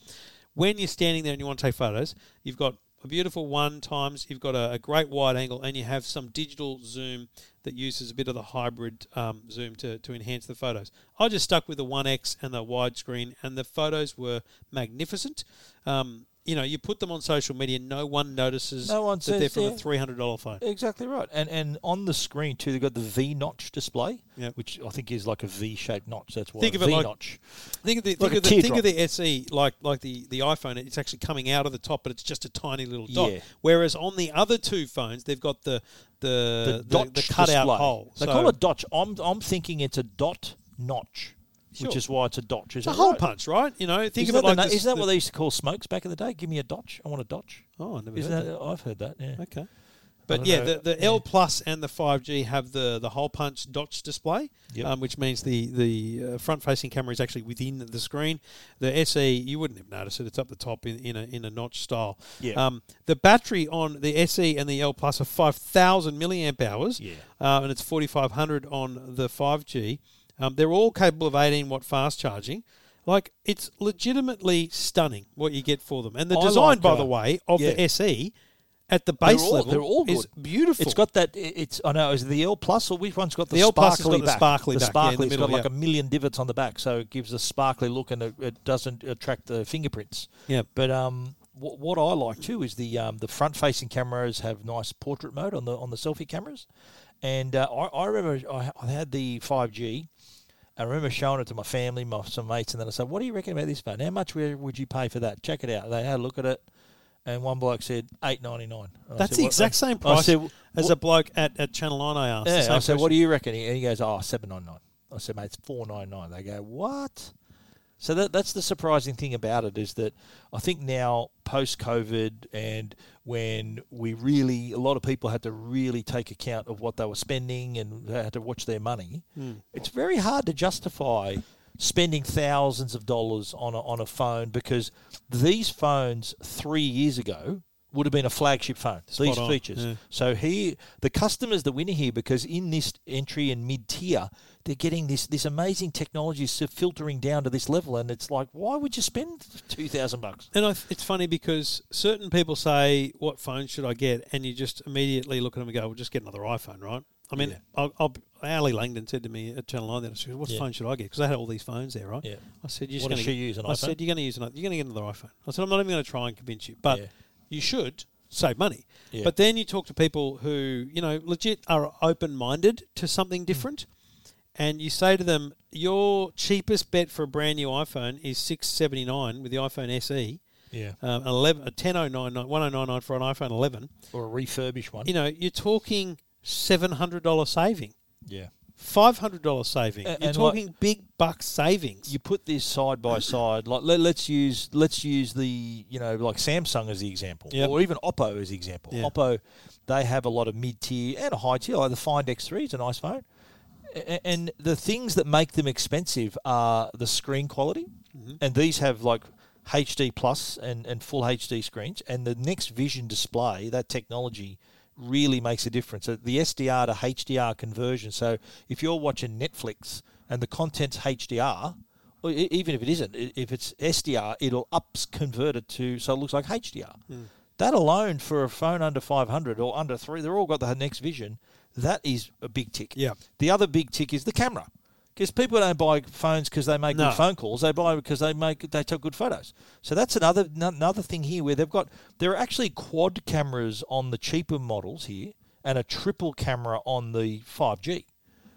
Speaker 1: when you're standing there and you want to take photos, you've got a beautiful one times, you've got a, a great wide angle, and you have some digital zoom that uses a bit of the hybrid um, zoom to, to enhance the photos. I just stuck with the 1X and the widescreen, and the photos were magnificent. Um, you know, you put them on social media, no one notices
Speaker 2: No one
Speaker 1: that
Speaker 2: says,
Speaker 1: they're from
Speaker 2: yeah.
Speaker 1: a $300 phone.
Speaker 2: Exactly right. And and on the screen too, they've got the V notch display,
Speaker 1: Yep.
Speaker 2: which I think is like a V shaped notch. That's why
Speaker 1: Think of it
Speaker 2: V
Speaker 1: like-
Speaker 2: notch.
Speaker 1: Think of the, think,
Speaker 2: Like
Speaker 1: of
Speaker 2: a
Speaker 1: the think
Speaker 2: teardrop.
Speaker 1: of the SE like like the, the iPhone. It's actually coming out of the top, but it's just a tiny little dot.
Speaker 2: Yeah.
Speaker 1: Whereas on the other two phones, they've got the the the, the,
Speaker 2: Dotch
Speaker 1: cutout
Speaker 2: display.
Speaker 1: hole.
Speaker 2: They
Speaker 1: So
Speaker 2: call it dotch. I'm I'm thinking it's a dot notch, which
Speaker 1: Sure.
Speaker 2: is why it's a dotch.
Speaker 1: it's
Speaker 2: Is
Speaker 1: a
Speaker 2: that
Speaker 1: hole
Speaker 2: right?
Speaker 1: punch, right? You know, think
Speaker 2: Isn't
Speaker 1: of it
Speaker 2: that
Speaker 1: like
Speaker 2: the na-
Speaker 1: this-
Speaker 2: isn't that
Speaker 1: the-
Speaker 2: what they used to call smokes back in the day? Give me a dotch. I want a dotch.
Speaker 1: Oh, I never
Speaker 2: Isn't
Speaker 1: heard
Speaker 2: that, I've heard that. Yeah.
Speaker 1: that. Okay.
Speaker 2: I
Speaker 1: But
Speaker 2: don't
Speaker 1: yeah,
Speaker 2: know.
Speaker 1: the, the L Plus and the 5G have the, the hole punch Dotch display,
Speaker 2: Yep.
Speaker 1: um, which means the the uh, front facing camera is actually within the screen. The SE you wouldn't have noticed it; it's up the top in, in a in a notch style.
Speaker 2: Yeah.
Speaker 1: Um, the battery on the SE and the L Plus are five thousand milliamp hours.
Speaker 2: Yeah.
Speaker 1: Uh, and it's forty five hundred on the 5G. Um, they're all capable of eighteen watt fast charging. Like it's legitimately stunning what you get for them, and the
Speaker 2: I
Speaker 1: design,
Speaker 2: like,
Speaker 1: by
Speaker 2: uh,
Speaker 1: the way, of
Speaker 2: yeah.
Speaker 1: the SE at the base
Speaker 2: they're all,
Speaker 1: level
Speaker 2: they're all
Speaker 1: is
Speaker 2: good.
Speaker 1: beautiful.
Speaker 2: It's got that. it- It's I know is it the L plus or which one's got the,
Speaker 1: The L plus has
Speaker 2: sparkly
Speaker 1: got the
Speaker 2: back?
Speaker 1: sparkly
Speaker 2: the
Speaker 1: back, yeah, in the
Speaker 2: sparkly's
Speaker 1: middle,
Speaker 2: got like
Speaker 1: yeah.
Speaker 2: a million divots on the back, so it gives a sparkly look and it, it doesn't attract the fingerprints.
Speaker 1: yeah.
Speaker 2: But um, what, what I like too is the um, the front facing cameras have nice portrait mode on the on the selfie cameras, and uh, I, I remember I, I had the five G. I remember showing it to my family, my some mates, and then I said, "What do you reckon about this phone? How much would would you pay for that? Check it out." They had a look at it, and one bloke said eight ninety nine.
Speaker 1: That's the exact same price as a bloke at, at Channel 9 I asked. the
Speaker 2: yeah, I
Speaker 1: same
Speaker 2: said, what
Speaker 1: question.
Speaker 2: do you reckon? And he goes, oh, 799. I said, mate, it's 499. They go, what? So that, that's the surprising thing about it is that I think now post COVID and when we really, a lot of people had to really take account of what they were spending and they had to watch their money, it's very hard to justify spending thousands of dollars on a, on a phone because these phones three years ago would have been a flagship phone. these
Speaker 1: on,
Speaker 2: features.
Speaker 1: yeah.
Speaker 2: So here, the customer's the winner here because in this entry and mid tier, they're getting this this amazing technology so filtering down to this level, and it's like, why would you spend two thousand bucks?
Speaker 1: And I, it's funny because certain people say, "What phone should I get?" And you just immediately look at them and go, "Well, just get another iPhone, right?" I mean, I'll, I'll, Ali Langdon said to me at Channel Nine that she said, "What
Speaker 2: Yeah.
Speaker 1: phone should I get?" Because I had all these phones there, right?
Speaker 2: Yeah.
Speaker 1: I said, "You're just
Speaker 2: What
Speaker 1: going
Speaker 2: does she use, an
Speaker 1: I
Speaker 2: iPhone?
Speaker 1: said, "You're going to use another. You're going to get another iPhone." I said, "I'm not even going to try and convince you, but
Speaker 2: Yeah.
Speaker 1: you should save money."
Speaker 2: Yeah.
Speaker 1: But then you talk to people who you know legit are open-minded to
Speaker 2: Mm.
Speaker 1: something different and you say to them, your cheapest bet for a brand new iPhone is six seventy nine with the iPhone SE,
Speaker 2: Yeah,
Speaker 1: um, eleven, a ten oh nine nine, one oh nine nine for an iPhone eleven.
Speaker 2: or a refurbished one.
Speaker 1: You know, you're talking seven hundred dollar saving,
Speaker 2: yeah.
Speaker 1: five hundred dollar saving.
Speaker 2: A-
Speaker 1: you're
Speaker 2: and
Speaker 1: talking big buck savings.
Speaker 2: you put this side by side. Like let, let's use let's use the you know like Samsung as the example,
Speaker 1: Yep.
Speaker 2: or even Oppo as the example.
Speaker 1: Yeah.
Speaker 2: Oppo, they have a lot of mid tier and a high tier. Like the Find X3 is a nice phone, A- and the things that make them expensive are the screen quality,
Speaker 1: Mm-hmm.
Speaker 2: and these have like. HD plus and, and full HD screens, and the next vision display, that technology really makes a difference. So the SDR to HDR conversion. So if you're watching Netflix and the content's HDR, or e- even if it isn't, i- if it's SDR, it'll ups convert it to so it looks like HDR. That alone for a phone under 500 or under three, they're all got the next vision. That is a big tick.
Speaker 1: Yeah.
Speaker 2: The other big tick is the camera, because people don't buy phones because they make
Speaker 1: No.
Speaker 2: good phone calls. They buy because they make they take good photos. So that's another n- another thing here where they've got there are actually quad cameras on the cheaper models here and a triple camera on the 5G.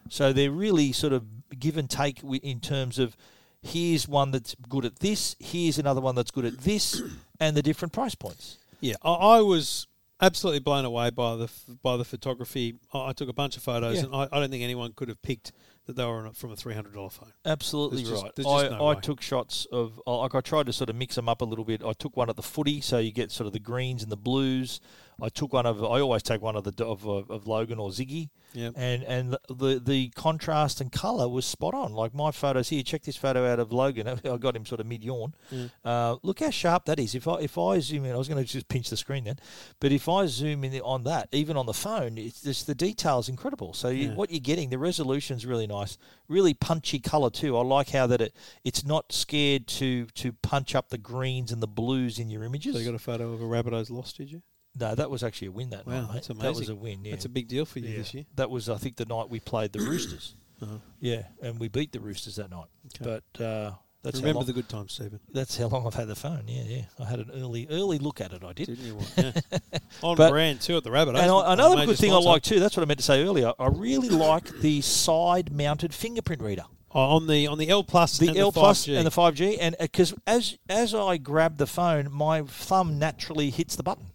Speaker 2: So they're really sort of give and take wi- in terms of here's one that's good at this, here's another one that's good at this, and the different price points.
Speaker 1: Yeah, I, I was absolutely blown away by the f- by the photography. I, I took a bunch of photos,
Speaker 2: Yeah.
Speaker 1: and I, I don't think anyone could have picked that they were on, a- from a three hundred dollar phone.
Speaker 2: Absolutely
Speaker 1: There's just-
Speaker 2: right.
Speaker 1: there's
Speaker 2: I,
Speaker 1: just no
Speaker 2: I
Speaker 1: way.
Speaker 2: took shots of I- like I tried to sort of mix them up a little bit. I took one at the footy, so you get sort of the greens and the blues. I took one of I always take one of the of, of, of Logan or Ziggy,
Speaker 1: Yep.
Speaker 2: and and the the contrast and color was spot on. Like my photos here, check this photo out of Logan. I got him sort of mid yawn.
Speaker 1: Mm.
Speaker 2: Uh, look how sharp that is. If I if I zoom in, I was going to just pinch the screen then, but if I zoom in on that, even on the phone, it's just the details incredible. So you, what you're getting, the resolution's really nice, really punchy color too. I like how that it it's not scared to to punch up the greens and the blues in your images.
Speaker 1: So you got a photo of a Rabbitohs loss, did you?
Speaker 2: no, that was actually a win that
Speaker 1: Wow,
Speaker 2: night.
Speaker 1: that's
Speaker 2: mate.
Speaker 1: amazing.
Speaker 2: That was a win. Yeah.
Speaker 1: That's a big deal for you this year.
Speaker 2: That was, I think, the night we played the Roosters.
Speaker 1: Uh-huh.
Speaker 2: Yeah, and we beat the Roosters that night.
Speaker 1: Okay.
Speaker 2: But uh, that's how
Speaker 1: Remember
Speaker 2: long,
Speaker 1: the good times, Stephen.
Speaker 2: that's how long I've had the phone. Yeah, yeah. I had an early early look at it. I did.
Speaker 1: Didn't you? Want? Yeah. on
Speaker 2: But-
Speaker 1: brand too at the Rabbitohs.
Speaker 2: And I, another
Speaker 1: Major
Speaker 2: good thing I
Speaker 1: sponsor.
Speaker 2: like too. That's what I meant to say earlier. I really like the side mounted fingerprint reader.
Speaker 1: Oh, on the on the L plus
Speaker 2: the
Speaker 1: and
Speaker 2: L
Speaker 1: the
Speaker 2: plus
Speaker 1: 5G.
Speaker 2: and the five G, and because as as I grab the phone, my thumb naturally hits the button,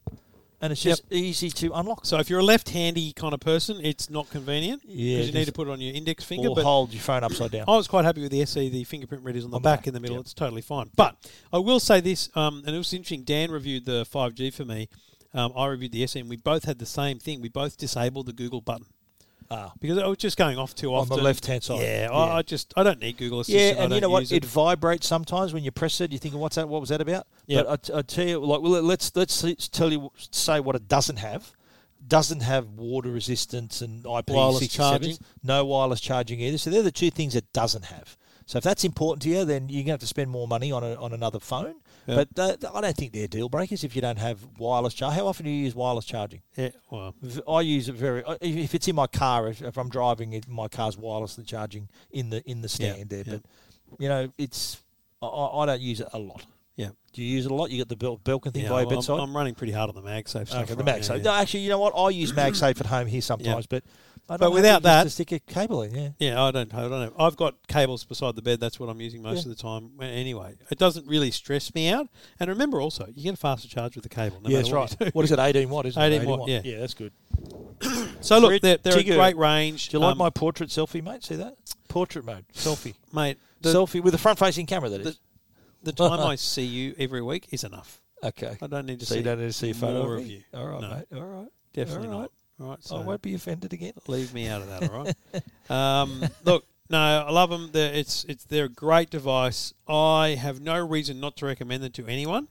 Speaker 2: and it's just easy to unlock.
Speaker 1: so if you're a left-handy kind of person, it's not convenient because
Speaker 2: Yeah, it
Speaker 1: you need
Speaker 2: is.
Speaker 1: to put it on your index finger.
Speaker 2: Or
Speaker 1: but
Speaker 2: hold your phone upside down.
Speaker 1: I was quite happy with the SE, the fingerprint readers on the
Speaker 2: On the
Speaker 1: back
Speaker 2: back,
Speaker 1: in the middle.
Speaker 2: yep.
Speaker 1: It's totally fine. But I will say this, um, and it was interesting. Dan reviewed the 5G for me. Um, I reviewed the SE, and we both had the same thing. We both disabled the Google button
Speaker 2: Ah.
Speaker 1: because I was just going off too
Speaker 2: On
Speaker 1: often
Speaker 2: the left-hand side.
Speaker 1: Yeah,
Speaker 2: Yeah.
Speaker 1: I, I just I don't need Google Assistant. I
Speaker 2: Yeah, and you
Speaker 1: don't
Speaker 2: know
Speaker 1: use
Speaker 2: what? It.
Speaker 1: It,
Speaker 2: vibrates sometimes when you press it. You think, "What's that? What was that about?"
Speaker 1: Yeah.
Speaker 2: But I t- I, tell you, like, well, let's let's see- tell you say what it doesn't have. Doesn't have water resistance and IP
Speaker 1: Wireless charging.
Speaker 2: 67. No wireless charging either. So they're the two things it doesn't have. So if that's important to you, then you're gonna have to spend more money on a, on another phone.
Speaker 1: Yeah.
Speaker 2: But th- th- I don't think they're deal breakers if you don't have wireless charge. How often do you use wireless charging?
Speaker 1: yeah, well,
Speaker 2: V- I use it very. I- If if it's in my car, if, if I'm driving, it, my car's wirelessly charging in the in the stand there.
Speaker 1: yeah.
Speaker 2: But you know, it's I, I I don't use it a lot.
Speaker 1: yeah.
Speaker 2: Do you use it a lot? You got the Bel- Belkin thing
Speaker 1: Yeah,
Speaker 2: by your
Speaker 1: well, I'm-
Speaker 2: bedside.
Speaker 1: I'm, running pretty hard on the MagSafe stuff.
Speaker 2: okay, the
Speaker 1: right
Speaker 2: MagSafe.
Speaker 1: now, yeah.
Speaker 2: No, actually, you know what? I use MagSafe at home here sometimes, but I'm happy
Speaker 1: without
Speaker 2: just
Speaker 1: that-
Speaker 2: to stick a cable in. Yeah.
Speaker 1: Yeah, I don't. I don't know. I've got cables beside the bed. That's what I'm using most
Speaker 2: Yeah.
Speaker 1: of the time. Well, Anyway, it doesn't really stress me out. And remember, also, you get a faster charge with the cable. No matter what you do.
Speaker 2: What is it? 18 watt, isn't
Speaker 1: 18
Speaker 2: it?
Speaker 1: watt, yeah.
Speaker 2: yeah, that's good.
Speaker 1: So look,
Speaker 2: Fred
Speaker 1: they're, they're a
Speaker 2: Tigger.
Speaker 1: great range.
Speaker 2: Do you like
Speaker 1: Um,
Speaker 2: my portrait selfie, mate? See that? Portrait mode, selfie,
Speaker 1: mate? The,
Speaker 2: selfie with a front-facing camera. That is.
Speaker 1: the time I see you every week is enough.
Speaker 2: okay.
Speaker 1: I don't need to
Speaker 2: So
Speaker 1: see.
Speaker 2: you don't need to see a photo
Speaker 1: more
Speaker 2: of
Speaker 1: of
Speaker 2: me?
Speaker 1: you.
Speaker 2: All right,
Speaker 1: No.
Speaker 2: mate. All right.
Speaker 1: Definitely
Speaker 2: All
Speaker 1: not. All right. So
Speaker 2: I won't be offended again.
Speaker 1: leave me out of that. All right. um, look, no, I love them. They're, it's it's they're a great device. I have no reason not to recommend them to anyone.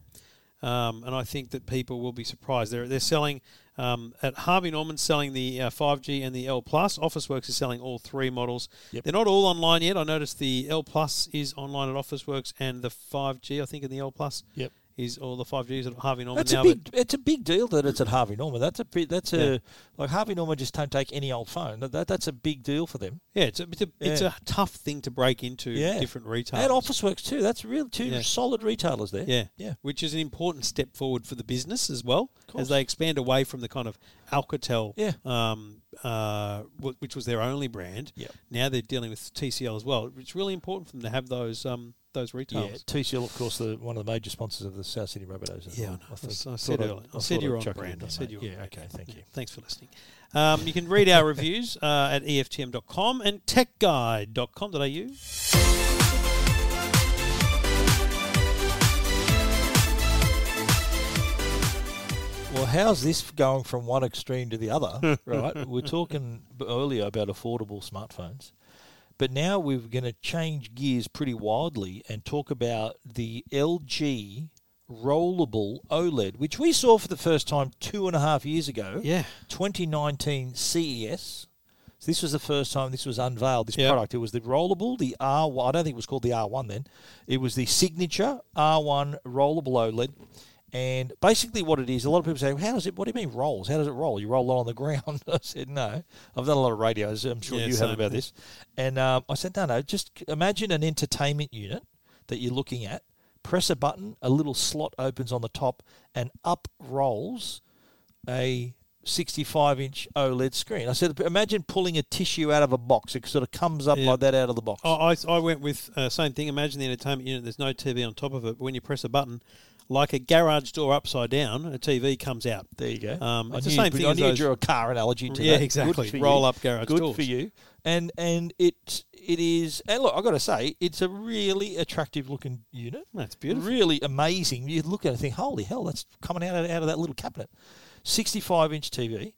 Speaker 1: um, and I think that people will be surprised. They're they're selling um, at Harvey Norman selling the uh, 5G and the L Plus. Officeworks is selling all three models.
Speaker 2: Yep.
Speaker 1: They're not all online yet. I noticed the L Plus is online at Officeworks, and the 5G I think in the L Plus
Speaker 2: Yep.
Speaker 1: is all the 5Gs at Harvey Norman
Speaker 2: That's
Speaker 1: now.
Speaker 2: a
Speaker 1: but-
Speaker 2: big. It's a big deal that it's at Harvey Norman. That's a. bi- That's
Speaker 1: Yeah.
Speaker 2: a. Like Harvey Norman just don't take any old phone. That, that that's a big deal for them.
Speaker 1: Yeah, it's a, it's, a, it's
Speaker 2: Yeah.
Speaker 1: a tough thing to break into
Speaker 2: Yeah.
Speaker 1: different retailers.
Speaker 2: And Officeworks too. That's real two
Speaker 1: Yeah.
Speaker 2: solid retailers there.
Speaker 1: Yeah.
Speaker 2: Yeah.
Speaker 1: Which is an important step forward for the business as well
Speaker 2: course.
Speaker 1: as they expand away from the kind of Alcatel,
Speaker 2: Yeah.
Speaker 1: um, uh, wh- which was their only brand.
Speaker 2: Yep.
Speaker 1: Now they're dealing with TCL as well. It's really important for them to have those um, those
Speaker 2: Yeah,
Speaker 1: retailers.
Speaker 2: TCL, of course, the one of the major sponsors of the South City Rabbitohs. as
Speaker 1: Yeah, I
Speaker 2: well.
Speaker 1: know. I
Speaker 2: think-
Speaker 1: s- I
Speaker 2: thought
Speaker 1: said
Speaker 2: I'd-
Speaker 1: earlier- I
Speaker 2: thought
Speaker 1: said
Speaker 2: I'd
Speaker 1: you're on
Speaker 2: chuck it in
Speaker 1: brand. I
Speaker 2: there,
Speaker 1: said
Speaker 2: mate.
Speaker 1: you're on
Speaker 2: Yeah,
Speaker 1: brand.
Speaker 2: okay, thank you.
Speaker 1: Thanks for listening. Um, you can read our reviews uh, at EFTM.com and techguide.com.au.
Speaker 2: Well, how's this going from one extreme to the other, right? We're talking b- earlier about affordable smartphones, but now we're going to change gears pretty wildly and talk about the LG rollable OLED, which we saw for the first time two and a half years ago.
Speaker 1: Yeah.
Speaker 2: 2019 CES. E So this was the first time this was unveiled. This
Speaker 1: Yeah.
Speaker 2: product. It was the rollable, the R1. I don't think it was called the R1 then. It was the signature R1 rollable OLED. And basically, what it is, a lot of people say, "How does it? What do you mean rolls? How does it roll? You roll it on the ground?" I said, "No, I've done a lot of radios. I'm sure
Speaker 1: Yeah,
Speaker 2: you
Speaker 1: same.
Speaker 2: have about this." And um, I said, "No, no. Just c- imagine an entertainment unit that you're looking at. Press a button, a little slot opens on the top, and up rolls a 65 inch OLED screen. I said, imagine pulling a tissue out of a box. It sort of comes up
Speaker 1: Yeah. Oh,
Speaker 2: like that out of the box.
Speaker 1: I, I, I went with uh, same thing. Imagine the entertainment unit. There's no TV on top of it. But when you press a button, like a garage door upside down, a TV comes out.
Speaker 2: There you go.
Speaker 1: Um,
Speaker 2: I
Speaker 1: it's
Speaker 2: knew
Speaker 1: the same
Speaker 2: you-
Speaker 1: thing
Speaker 2: I
Speaker 1: as
Speaker 2: knew you
Speaker 1: those-
Speaker 2: drew a car analogy to
Speaker 1: Yeah,
Speaker 2: that. Good
Speaker 1: exactly.
Speaker 2: for you.
Speaker 1: Roll up garage
Speaker 2: Good
Speaker 1: doors.
Speaker 2: for you. And and it it is. And look, I got to say, it's a really attractive looking unit.
Speaker 1: That's beautiful.
Speaker 2: Really amazing. You look at it and think, holy hell, that's coming out of, out of that little cabinet. 65 inch TV.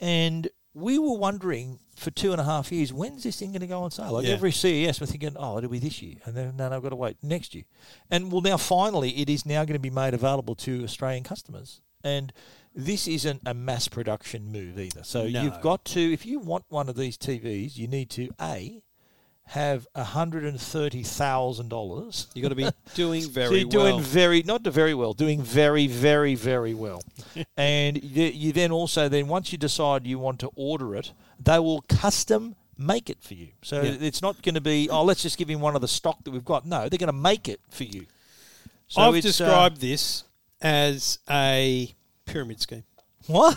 Speaker 2: And we were wondering for two and a half years, when's this thing going to go on sale? Like
Speaker 1: Yeah.
Speaker 2: every CES, we're thinking, oh, it'll be this year. And then, no, no, I've got to wait next year. And well, now finally, it is now going to be made available to Australian customers. And this isn't a mass production move either. So
Speaker 1: No.
Speaker 2: you've got to, if you want one of these TVs, you need to A, have $130,000
Speaker 1: You got to be doing very
Speaker 2: so you're doing
Speaker 1: well.
Speaker 2: very not do very well, doing very very very well, and you, you then also then once you decide you want to order it, they will custom make it for you. So
Speaker 1: Yeah.
Speaker 2: it's not going to be oh let's just give him one of the stock that we've got. No, they're going to make it for you. So
Speaker 1: I've
Speaker 2: it's, uh,
Speaker 1: described this as a pyramid scheme
Speaker 2: what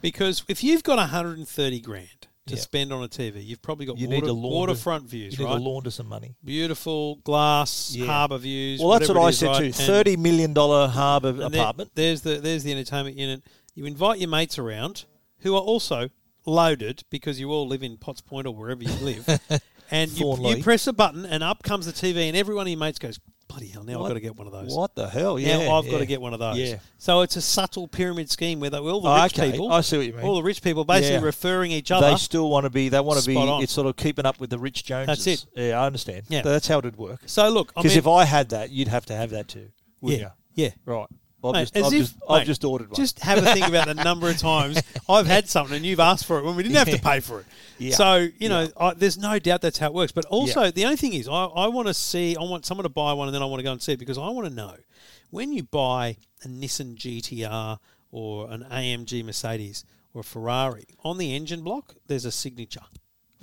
Speaker 1: because if you've got 130 grand to
Speaker 2: Yeah.
Speaker 1: spend on a TV, you've probably got
Speaker 2: You need
Speaker 1: water,
Speaker 2: to launder-
Speaker 1: waterfront
Speaker 2: you
Speaker 1: views,
Speaker 2: need to
Speaker 1: right?
Speaker 2: launder some money.
Speaker 1: Beautiful glass
Speaker 2: Yeah.
Speaker 1: harbour views.
Speaker 2: Well, that's what
Speaker 1: whatever it
Speaker 2: I
Speaker 1: is,
Speaker 2: said
Speaker 1: right?
Speaker 2: too.
Speaker 1: And-
Speaker 2: Thirty million dollar harbour
Speaker 1: and there-
Speaker 2: apartment.
Speaker 1: there's the there's the entertainment unit. You invite your mates around who are also loaded because you all live in Potts Point or wherever you live, and you,
Speaker 2: Thornley.
Speaker 1: you press a button and up comes the TV, and every one of your mates goes, "Bloody hell! Now I've
Speaker 2: What-
Speaker 1: got to get one of those.
Speaker 2: What the hell? Yeah,
Speaker 1: Now I've got
Speaker 2: yeah.
Speaker 1: to get one of those."
Speaker 2: Yeah.
Speaker 1: So it's a subtle pyramid scheme where they, all the
Speaker 2: Oh,
Speaker 1: rich
Speaker 2: okay.
Speaker 1: people,
Speaker 2: I see what you mean.
Speaker 1: all the rich people, basically
Speaker 2: Yeah.
Speaker 1: referring each other.
Speaker 2: They still want to be. They want to be.
Speaker 1: Spot on.
Speaker 2: It's sort of keeping up with the Rich Joneses.
Speaker 1: it.
Speaker 2: Yeah, I understand.
Speaker 1: Yeah.
Speaker 2: that's how it'd work.
Speaker 1: so look, I
Speaker 2: Because
Speaker 1: mean,
Speaker 2: if I had that, you'd have to have that too.
Speaker 1: yeah,
Speaker 2: Wouldn't
Speaker 1: yeah.
Speaker 2: You? Right. I've,
Speaker 1: Mate,
Speaker 2: just,
Speaker 1: as
Speaker 2: I've,
Speaker 1: if-
Speaker 2: just, I've
Speaker 1: mate,
Speaker 2: just ordered one.
Speaker 1: Just have a think about the number of times I've had something and you've asked for it when we didn't have to pay for it.
Speaker 2: Yeah.
Speaker 1: So you know, I, there's no doubt that's how it works. But also, the only thing is, I, I want to see, I want someone to buy one, and then I want to go and see it because I want to know when you buy a Nissan GTR or an AMG Mercedes or a Ferrari on the engine block, there's a signature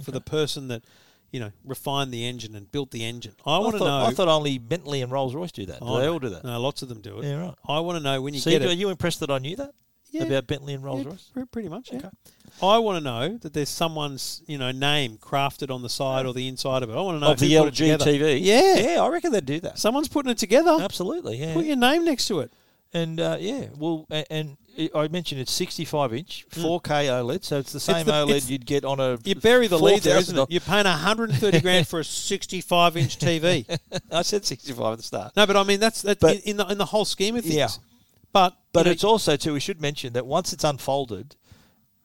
Speaker 1: for the person that you know refined the engine and built the engine. I, want to
Speaker 2: thought,
Speaker 1: know.
Speaker 2: I thought only Bentley and Rolls Royce do that. Do
Speaker 1: Oh,
Speaker 2: they
Speaker 1: no.
Speaker 2: all do that?
Speaker 1: No, lots of them do it.
Speaker 2: Yeah, right.
Speaker 1: I want to know when you
Speaker 2: so
Speaker 1: get
Speaker 2: you,
Speaker 1: it.
Speaker 2: are you impressed that I knew that
Speaker 1: Yeah.
Speaker 2: about Bentley and Rolls
Speaker 1: Yeah,
Speaker 2: Royce?
Speaker 1: pre- pretty much. Yeah. I want to know that there's someone's you know name crafted on the side or the inside of it. I want to know
Speaker 2: Of the
Speaker 1: who put it
Speaker 2: LG
Speaker 1: together.
Speaker 2: TV.
Speaker 1: Yeah.
Speaker 2: yeah, I reckon they'd do that.
Speaker 1: Someone's putting it together.
Speaker 2: Absolutely, yeah.
Speaker 1: Put your name next to it.
Speaker 2: And uh, yeah, well, a- and it- I mentioned it's 65 inch, 4K OLED, E so it's the same
Speaker 1: the- Mm. it's-
Speaker 2: OLED you'd get on a.
Speaker 1: You bury the lead there,
Speaker 2: $4,000
Speaker 1: isn't it? You're paying 130 grand for a 65 inch TV.
Speaker 2: I said 65 at the start.
Speaker 1: No, but I mean that's that
Speaker 2: But-
Speaker 1: in the in the whole scheme of things.
Speaker 2: Yeah.
Speaker 1: But
Speaker 2: But
Speaker 1: you know,
Speaker 2: it's also too. We should mention that once it's unfolded,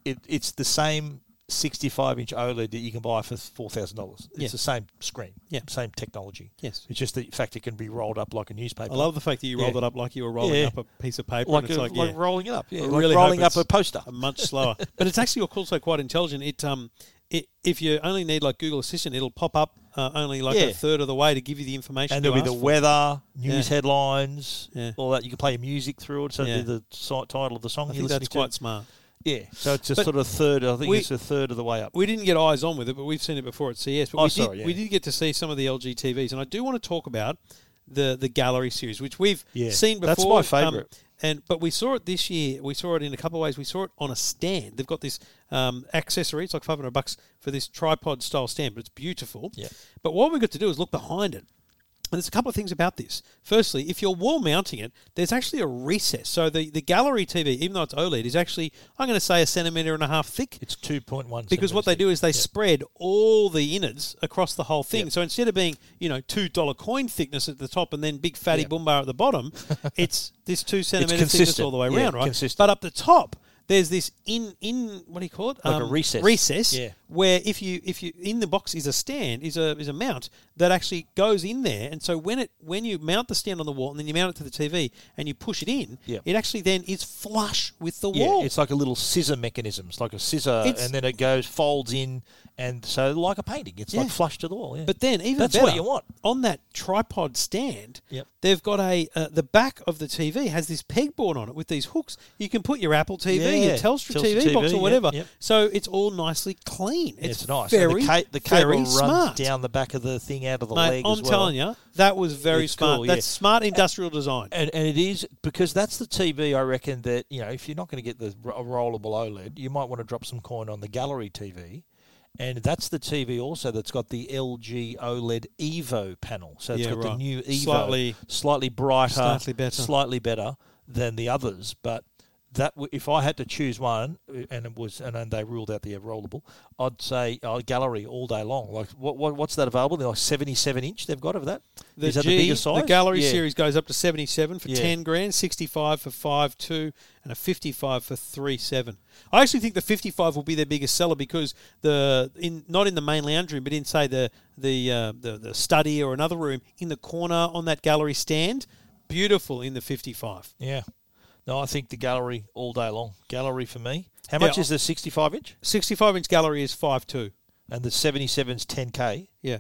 Speaker 2: it, it's the same 65 inch OLED E that you can buy for four thousand dollars. It's
Speaker 1: Yeah.
Speaker 2: the same screen,
Speaker 1: Yeah.
Speaker 2: same technology.
Speaker 1: Yes.
Speaker 2: it's just the fact it can be rolled up like a newspaper.
Speaker 1: I love the fact that you rolled
Speaker 2: Yeah.
Speaker 1: it up like you were rolling
Speaker 2: Yeah.
Speaker 1: up a piece of paper.
Speaker 2: like
Speaker 1: and it's
Speaker 2: a-
Speaker 1: like,
Speaker 2: like
Speaker 1: yeah.
Speaker 2: rolling it up, yeah,
Speaker 1: I
Speaker 2: like
Speaker 1: really hope
Speaker 2: rolling up
Speaker 1: it's
Speaker 2: a poster.
Speaker 1: much slower. but it's actually also quite intelligent. It um, it, if you only need like Google Assistant, it'll pop up uh, only like
Speaker 2: Yeah.
Speaker 1: a third of the way to give you the information.
Speaker 2: and
Speaker 1: you
Speaker 2: there'll be the
Speaker 1: asked for.
Speaker 2: weather, news
Speaker 1: Yeah.
Speaker 2: headlines,
Speaker 1: Yeah.
Speaker 2: all that. You can play music through it, so
Speaker 1: Yeah.
Speaker 2: the, the si- title of the song
Speaker 1: I think
Speaker 2: you're
Speaker 1: that's
Speaker 2: listening
Speaker 1: quite
Speaker 2: to.
Speaker 1: smart.
Speaker 2: Yeah, so it's a
Speaker 1: But
Speaker 2: sort of third. I think
Speaker 1: we-
Speaker 2: it's a third of the way up.
Speaker 1: We didn't get eyes on with it, but we've seen it before at CS. But
Speaker 2: Oh,
Speaker 1: we,
Speaker 2: sorry,
Speaker 1: did,
Speaker 2: yeah.
Speaker 1: we did get to see some of the LG TVs, and I do want to talk about the the gallery series, which we've
Speaker 2: Yeah,
Speaker 1: seen before. um,
Speaker 2: that's my favourite.
Speaker 1: and but we saw it this year. We saw it in a couple of ways. We saw it on a stand. They've got this um, accessory. It's like five hundred bucks for this tripod style stand, but it's beautiful.
Speaker 2: Yeah.
Speaker 1: But what we got to do is look behind it. And there's a couple of things about this. Firstly, if you're wall mounting it, there's actually a recess. So the, the gallery TV, even though it's OLED, is actually, I'm going to say, a centimetre and a half thick.
Speaker 2: It's two point one
Speaker 1: Because what they do is they spread all the innards across the whole thing.
Speaker 2: Yep.
Speaker 1: So instead of being, you know, two dollar coin thickness at the top and then big fatty
Speaker 2: Yep.
Speaker 1: boom bar at the bottom, it's this two centimeter thickness
Speaker 2: consistent.
Speaker 1: all the way
Speaker 2: Yeah,
Speaker 1: around, right?
Speaker 2: consistent.
Speaker 1: But up the top, there's this in in what do you call it? Um,
Speaker 2: Like a recess.
Speaker 1: Recess.
Speaker 2: Yeah.
Speaker 1: Where if you if you in the box is a stand is a is a mount that actually goes in there, and so when it when you mount the stand on the wall and then you mount it to the TV and you push it in,
Speaker 2: Yep.
Speaker 1: it actually then is flush with the
Speaker 2: Yeah,
Speaker 1: wall.
Speaker 2: it's like a little scissor mechanism. It's like a scissor,
Speaker 1: It's-
Speaker 2: and then it goes folds in, and so like a painting, it's like
Speaker 1: Yeah.
Speaker 2: flush to the wall. Yeah.
Speaker 1: But then, even
Speaker 2: that's
Speaker 1: better,
Speaker 2: what you want.
Speaker 1: on that tripod stand.
Speaker 2: Yep.
Speaker 1: They've got a uh, the back of the TV has this pegboard on it with these hooks. You can put your Apple TV,
Speaker 2: Yeah.
Speaker 1: your Telstra,
Speaker 2: Telstra
Speaker 1: TV,
Speaker 2: TV,
Speaker 1: box,
Speaker 2: yep,
Speaker 1: or whatever.
Speaker 2: yep.
Speaker 1: So it's all nicely clean.
Speaker 2: Yeah,
Speaker 1: It's,
Speaker 2: it's nice. And
Speaker 1: Very,
Speaker 2: the, ca- the cable
Speaker 1: very
Speaker 2: runs
Speaker 1: smart.
Speaker 2: down the back of the thing out of the
Speaker 1: Mate,
Speaker 2: leg.
Speaker 1: I'm
Speaker 2: as well.
Speaker 1: telling you, that was very
Speaker 2: It's
Speaker 1: smart.
Speaker 2: cool, yeah.
Speaker 1: That's smart industrial design.
Speaker 2: and, and it is because that's the TV. I reckon that you know if you're not going to get the r- a rollable OLED, E you might want to drop some coin on the gallery TV, and that's the TV also that's got the LG OLED E Evo panel. So it's
Speaker 1: Yeah,
Speaker 2: got the
Speaker 1: right.
Speaker 2: new Evo,
Speaker 1: Slightly-
Speaker 2: slightly brighter,
Speaker 1: slightly better.
Speaker 2: slightly better than the others, but. That w- if I had to choose one, uh, and it was, and then they ruled out the rollable, I'd say uh, gallery all day long. Like what, what what's that available? They're like seventy-seven inch. They've got of that. Is
Speaker 1: The
Speaker 2: that
Speaker 1: G,
Speaker 2: the biggest size?
Speaker 1: The gallery
Speaker 2: Yeah.
Speaker 1: series goes up to 77 for
Speaker 2: Yeah.
Speaker 1: 10 grand, 65 for 5 2 and a 55 for 3 7. I actually think the 55 will be their biggest seller because the in not in the main lounge room but in say the the uh, the, the study or another room in the corner on that gallery stand, beautiful in the 55.
Speaker 2: Yeah. No, I think the gallery all day long. Gallery for me. How
Speaker 1: Yeah,
Speaker 2: much is the 65 inch?
Speaker 1: 65 inch gallery is 5 2.
Speaker 2: And the 77's 10K.
Speaker 1: Yeah.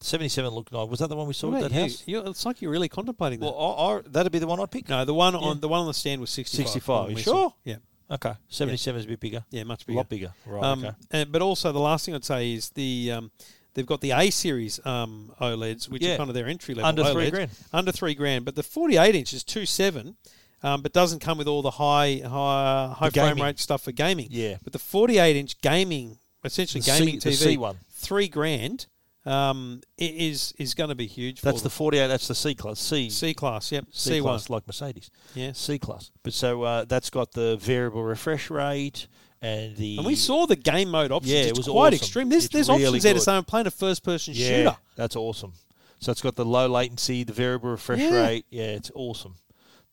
Speaker 2: 77 looked nice. Was that the one we saw
Speaker 1: What
Speaker 2: at
Speaker 1: about
Speaker 2: that
Speaker 1: you?
Speaker 2: house?
Speaker 1: You're- it's like you're really contemplating that.
Speaker 2: Well, I, I, that'd be the one I'd pick.
Speaker 1: no, the one on the one on the stand was 65.
Speaker 2: 65,
Speaker 1: on
Speaker 2: you
Speaker 1: Whistle.
Speaker 2: sure?
Speaker 1: Yeah.
Speaker 2: Okay. 77 is a bit bigger.
Speaker 1: Yeah, much
Speaker 2: A
Speaker 1: bigger.
Speaker 2: lot bigger. Right.
Speaker 1: Um,
Speaker 2: okay.
Speaker 1: and, but also the last thing I'd say is the um, they've got the A series um, OLEDs, which
Speaker 2: Yeah.
Speaker 1: are kind of their entry level
Speaker 2: Under three
Speaker 1: OLEDs.
Speaker 2: grand.
Speaker 1: Under three grand, but the forty-eight inch is two seven, um, but doesn't come with all the high high high
Speaker 2: The
Speaker 1: frame
Speaker 2: gaming.
Speaker 1: rate stuff for gaming.
Speaker 2: Yeah.
Speaker 1: but the forty-eight inch gaming, essentially
Speaker 2: The C-
Speaker 1: gaming
Speaker 2: the
Speaker 1: TV,
Speaker 2: C one.
Speaker 1: three grand, um, i- is is going to be huge.
Speaker 2: That's
Speaker 1: for
Speaker 2: the
Speaker 1: them.
Speaker 2: 48. That's the C class. C.
Speaker 1: C class. Yep,
Speaker 2: C
Speaker 1: C one.
Speaker 2: class, like Mercedes.
Speaker 1: Yeah.
Speaker 2: C class. But so uh, that's got the variable refresh rate and the.
Speaker 1: And we saw the game mode options.
Speaker 2: Yeah, it
Speaker 1: it's
Speaker 2: was
Speaker 1: quite
Speaker 2: awesome.
Speaker 1: extreme. There's,
Speaker 2: It's
Speaker 1: there's
Speaker 2: really
Speaker 1: options there to
Speaker 2: good.
Speaker 1: say I'm playing a first person
Speaker 2: yeah,
Speaker 1: shooter.
Speaker 2: That's awesome. So it's got the low latency, the variable refresh
Speaker 1: Yeah.
Speaker 2: rate. Yeah, it's awesome.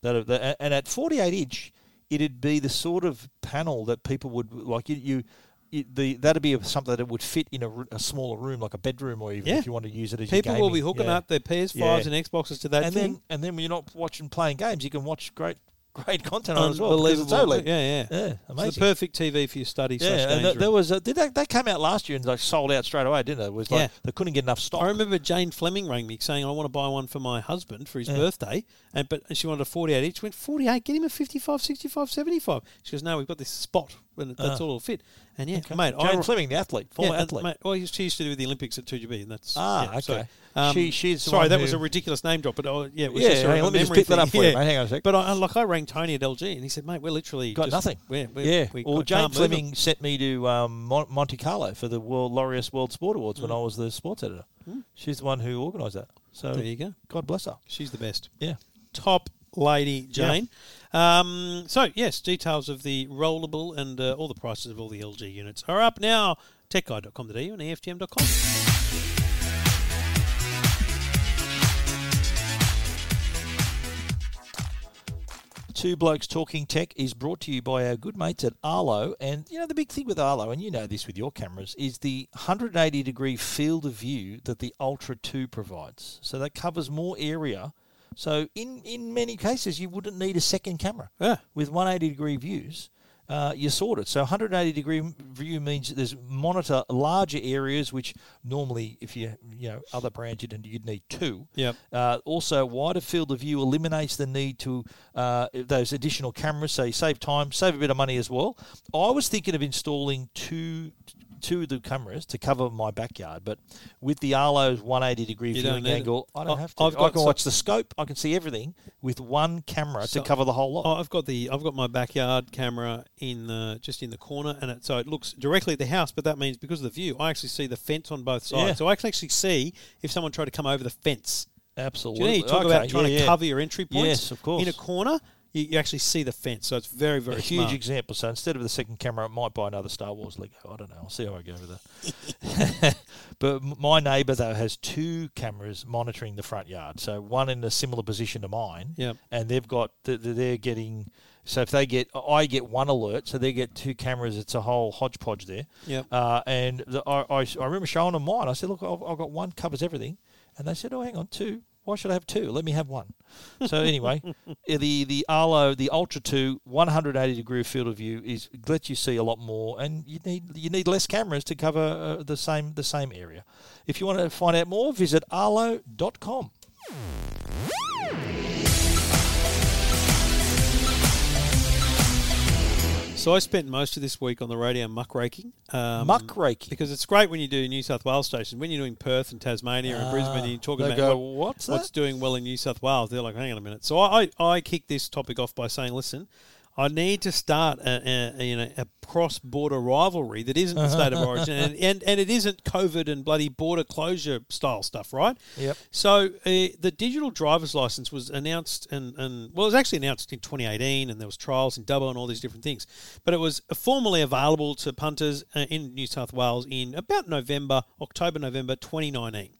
Speaker 2: That, uh, that and at 48 inch, it'd be the sort of panel that people would like. You, you it, the that'd be something that would fit in a, r- a smaller room, like a bedroom, or even
Speaker 1: Yeah.
Speaker 2: if you want to use it as your
Speaker 1: People will be
Speaker 2: gaming,
Speaker 1: hooking
Speaker 2: yeah.
Speaker 1: up their PS5s
Speaker 2: Yeah.
Speaker 1: and Xboxes to that
Speaker 2: And
Speaker 1: thing.
Speaker 2: then and then when you're not watching playing games, you can watch great great content on it as well. because it's OLED.
Speaker 1: uh, Yeah, yeah.
Speaker 2: Yeah, amazing.
Speaker 1: It's the perfect TV for your study
Speaker 2: Yeah,
Speaker 1: slash
Speaker 2: and
Speaker 1: games
Speaker 2: th- there
Speaker 1: room.
Speaker 2: was a, did that, that came out last year and like sold out straight away, didn't it? It was like
Speaker 1: Yeah.
Speaker 2: they couldn't get enough stock.
Speaker 1: I remember Jane Fleming rang me saying, I want to buy one for my husband for his birthday, and but she wanted a 48 inch. Went, 48, get him a 55, 65, 75. She goes, no, we've got this spot, and that's all it'll fit. And yeah, mate, I...
Speaker 2: Uh-huh. Jane Fleming, the athlete,
Speaker 1: Yeah,
Speaker 2: former
Speaker 1: and
Speaker 2: athlete.
Speaker 1: mate, well, she used to do the Olympics at 2GB, and that's
Speaker 2: Ah,
Speaker 1: yeah, so,
Speaker 2: okay.
Speaker 1: um,
Speaker 2: She- she's the
Speaker 1: sorry,
Speaker 2: one
Speaker 1: that was
Speaker 2: who-
Speaker 1: a ridiculous name drop, but oh, yeah, it was
Speaker 2: Yeah,
Speaker 1: just sort
Speaker 2: hang
Speaker 1: of a
Speaker 2: on, let me just
Speaker 1: memory
Speaker 2: pick that
Speaker 1: thing.
Speaker 2: up for you,
Speaker 1: Yeah.
Speaker 2: mate. Hang on a sec.
Speaker 1: But I, like I rang Tony at LG, and he said, "Mate, we're literally
Speaker 2: got
Speaker 1: just-
Speaker 2: nothing.
Speaker 1: We're, we're,
Speaker 2: yeah.
Speaker 1: we
Speaker 2: well,
Speaker 1: can't
Speaker 2: Jane
Speaker 1: move it."
Speaker 2: Fleming sent me to um, Mon- Monte Carlo for the World Laureus World Sport Awards
Speaker 1: Mm.
Speaker 2: when I was the sports editor. She's the one who organised that. So
Speaker 1: There you go.
Speaker 2: God bless her.
Speaker 1: She's the best.
Speaker 2: Yeah.
Speaker 1: Top lady Jane. Um, so, yes, details of the rollable and uh, all the prices of all the LG units are up now. TechGuide.com.au and E EFTM.com.
Speaker 2: Two Blokes Talking Tech is brought to you by our good mates at Arlo. And, you know, the big thing with Arlo, and you know this with your cameras, is the 180 degree field of view that the Ultra 2 provides. So that covers more area. So, in, in many cases, you wouldn't need a second camera
Speaker 1: Yeah.
Speaker 2: with 180 degree views, uh, you're sorted. So 180 degree view means that there's monitor larger areas, which normally, if you you know other brands, you'd, you'd need two.
Speaker 1: Yep.
Speaker 2: Uh, also, wider field of view eliminates the need to uh, those additional cameras, so you save time, save a bit of money as well. I was thinking of installing two. Two of the cameras to cover my backyard, but with the Arlo's 180 degree
Speaker 1: You don't
Speaker 2: viewing
Speaker 1: need it.
Speaker 2: angle, I don't
Speaker 1: I-
Speaker 2: have to.
Speaker 1: I've
Speaker 2: I
Speaker 1: got
Speaker 2: can
Speaker 1: so-
Speaker 2: watch the scope. I can see everything with one camera
Speaker 1: So-
Speaker 2: to cover the whole lot.
Speaker 1: Oh, I've got the I've got my backyard camera in the just in the corner, and it so it looks directly at the house. But that means because of the view, I actually see the fence on both sides.
Speaker 2: Yeah.
Speaker 1: So I can actually see if someone tried to come over the fence. Do you
Speaker 2: Absolutely.
Speaker 1: know you talk
Speaker 2: Okay,
Speaker 1: about trying
Speaker 2: yeah,
Speaker 1: to
Speaker 2: yeah.
Speaker 1: cover your entry points?
Speaker 2: Yes, of course.
Speaker 1: In a corner, you, you actually see the fence, so it's very very
Speaker 2: a huge
Speaker 1: smart.
Speaker 2: example. So instead of the second camera, I might buy another Star Wars Lego. I don't know. I'll see how I go with that. but m- my neighbour though has two cameras monitoring the front yard. So one in a similar position to mine.
Speaker 1: Yep.
Speaker 2: And they've got th- th- they're getting. So if they get, I get one alert. So they get two cameras. It's a whole hodgepodge there.
Speaker 1: Yep.
Speaker 2: Uh, and the, I, I, I remember showing them mine. I said, look, I've, I've got one covers everything, and they said, oh, hang on, two. Why should I have two? Let me have one. So anyway, yeah, the the Arlo, the Ultra Two, 180 degree field of view is lets you see a lot more, and you need you need less cameras to cover uh, the same the same area. If you want to find out more, visit arlo.com.
Speaker 1: So I spent most of this week on the radio muckraking. Um,
Speaker 2: Muckraking.
Speaker 1: Because it's great when you do New South Wales stations. When you're doing Perth and Tasmania and Brisbane, and you're talking
Speaker 2: Ah, they
Speaker 1: about
Speaker 2: go,
Speaker 1: what-
Speaker 2: "What's that?"
Speaker 1: what's doing well in New South Wales. They're like, hang on a minute. So I, I, I kick this topic off by saying, listen, I need to start a, a, a, you know, a cross-border rivalry that isn't the state of origin and, and, and it isn't COVID and bloody border closure style stuff, right?
Speaker 2: Yep.
Speaker 1: So uh, the digital driver's license was announced, and, and well, it was actually announced in 2018, and there was trials in Dubbo and all these different things. But it was formally available to punters uh, in New South Wales in about November, October, November 2019.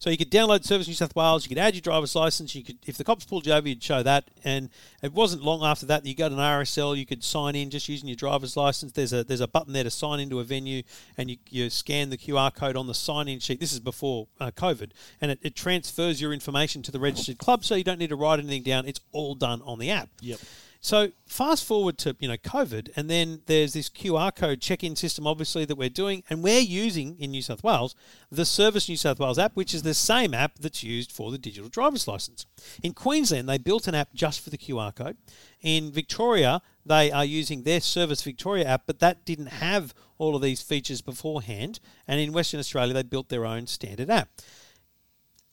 Speaker 1: So you could download Service New South Wales, you could add your driver's license, you could, if the cops pulled you over, you'd show that. And it wasn't long after that that you got an RSL, you could sign in just using your driver's license. There's a there's a button there to sign into a venue, and you, you scan the QR code on the sign in sheet. This is before uh, COVID, and it, it transfers your information to the registered club, so you don't need to write anything down. It's all done on the app.
Speaker 2: Yep.
Speaker 1: So fast forward to you know COVID, and then there's this QR code check-in system, obviously that we're doing, and we're using in New South Wales the Service New South Wales app, which is the same app that's used for the digital driver's license. In Queensland, they built an app just for the QR code. In Victoria, they are using their Service Victoria app, but that didn't have all of these features beforehand. And in Western Australia, they built their own standard app.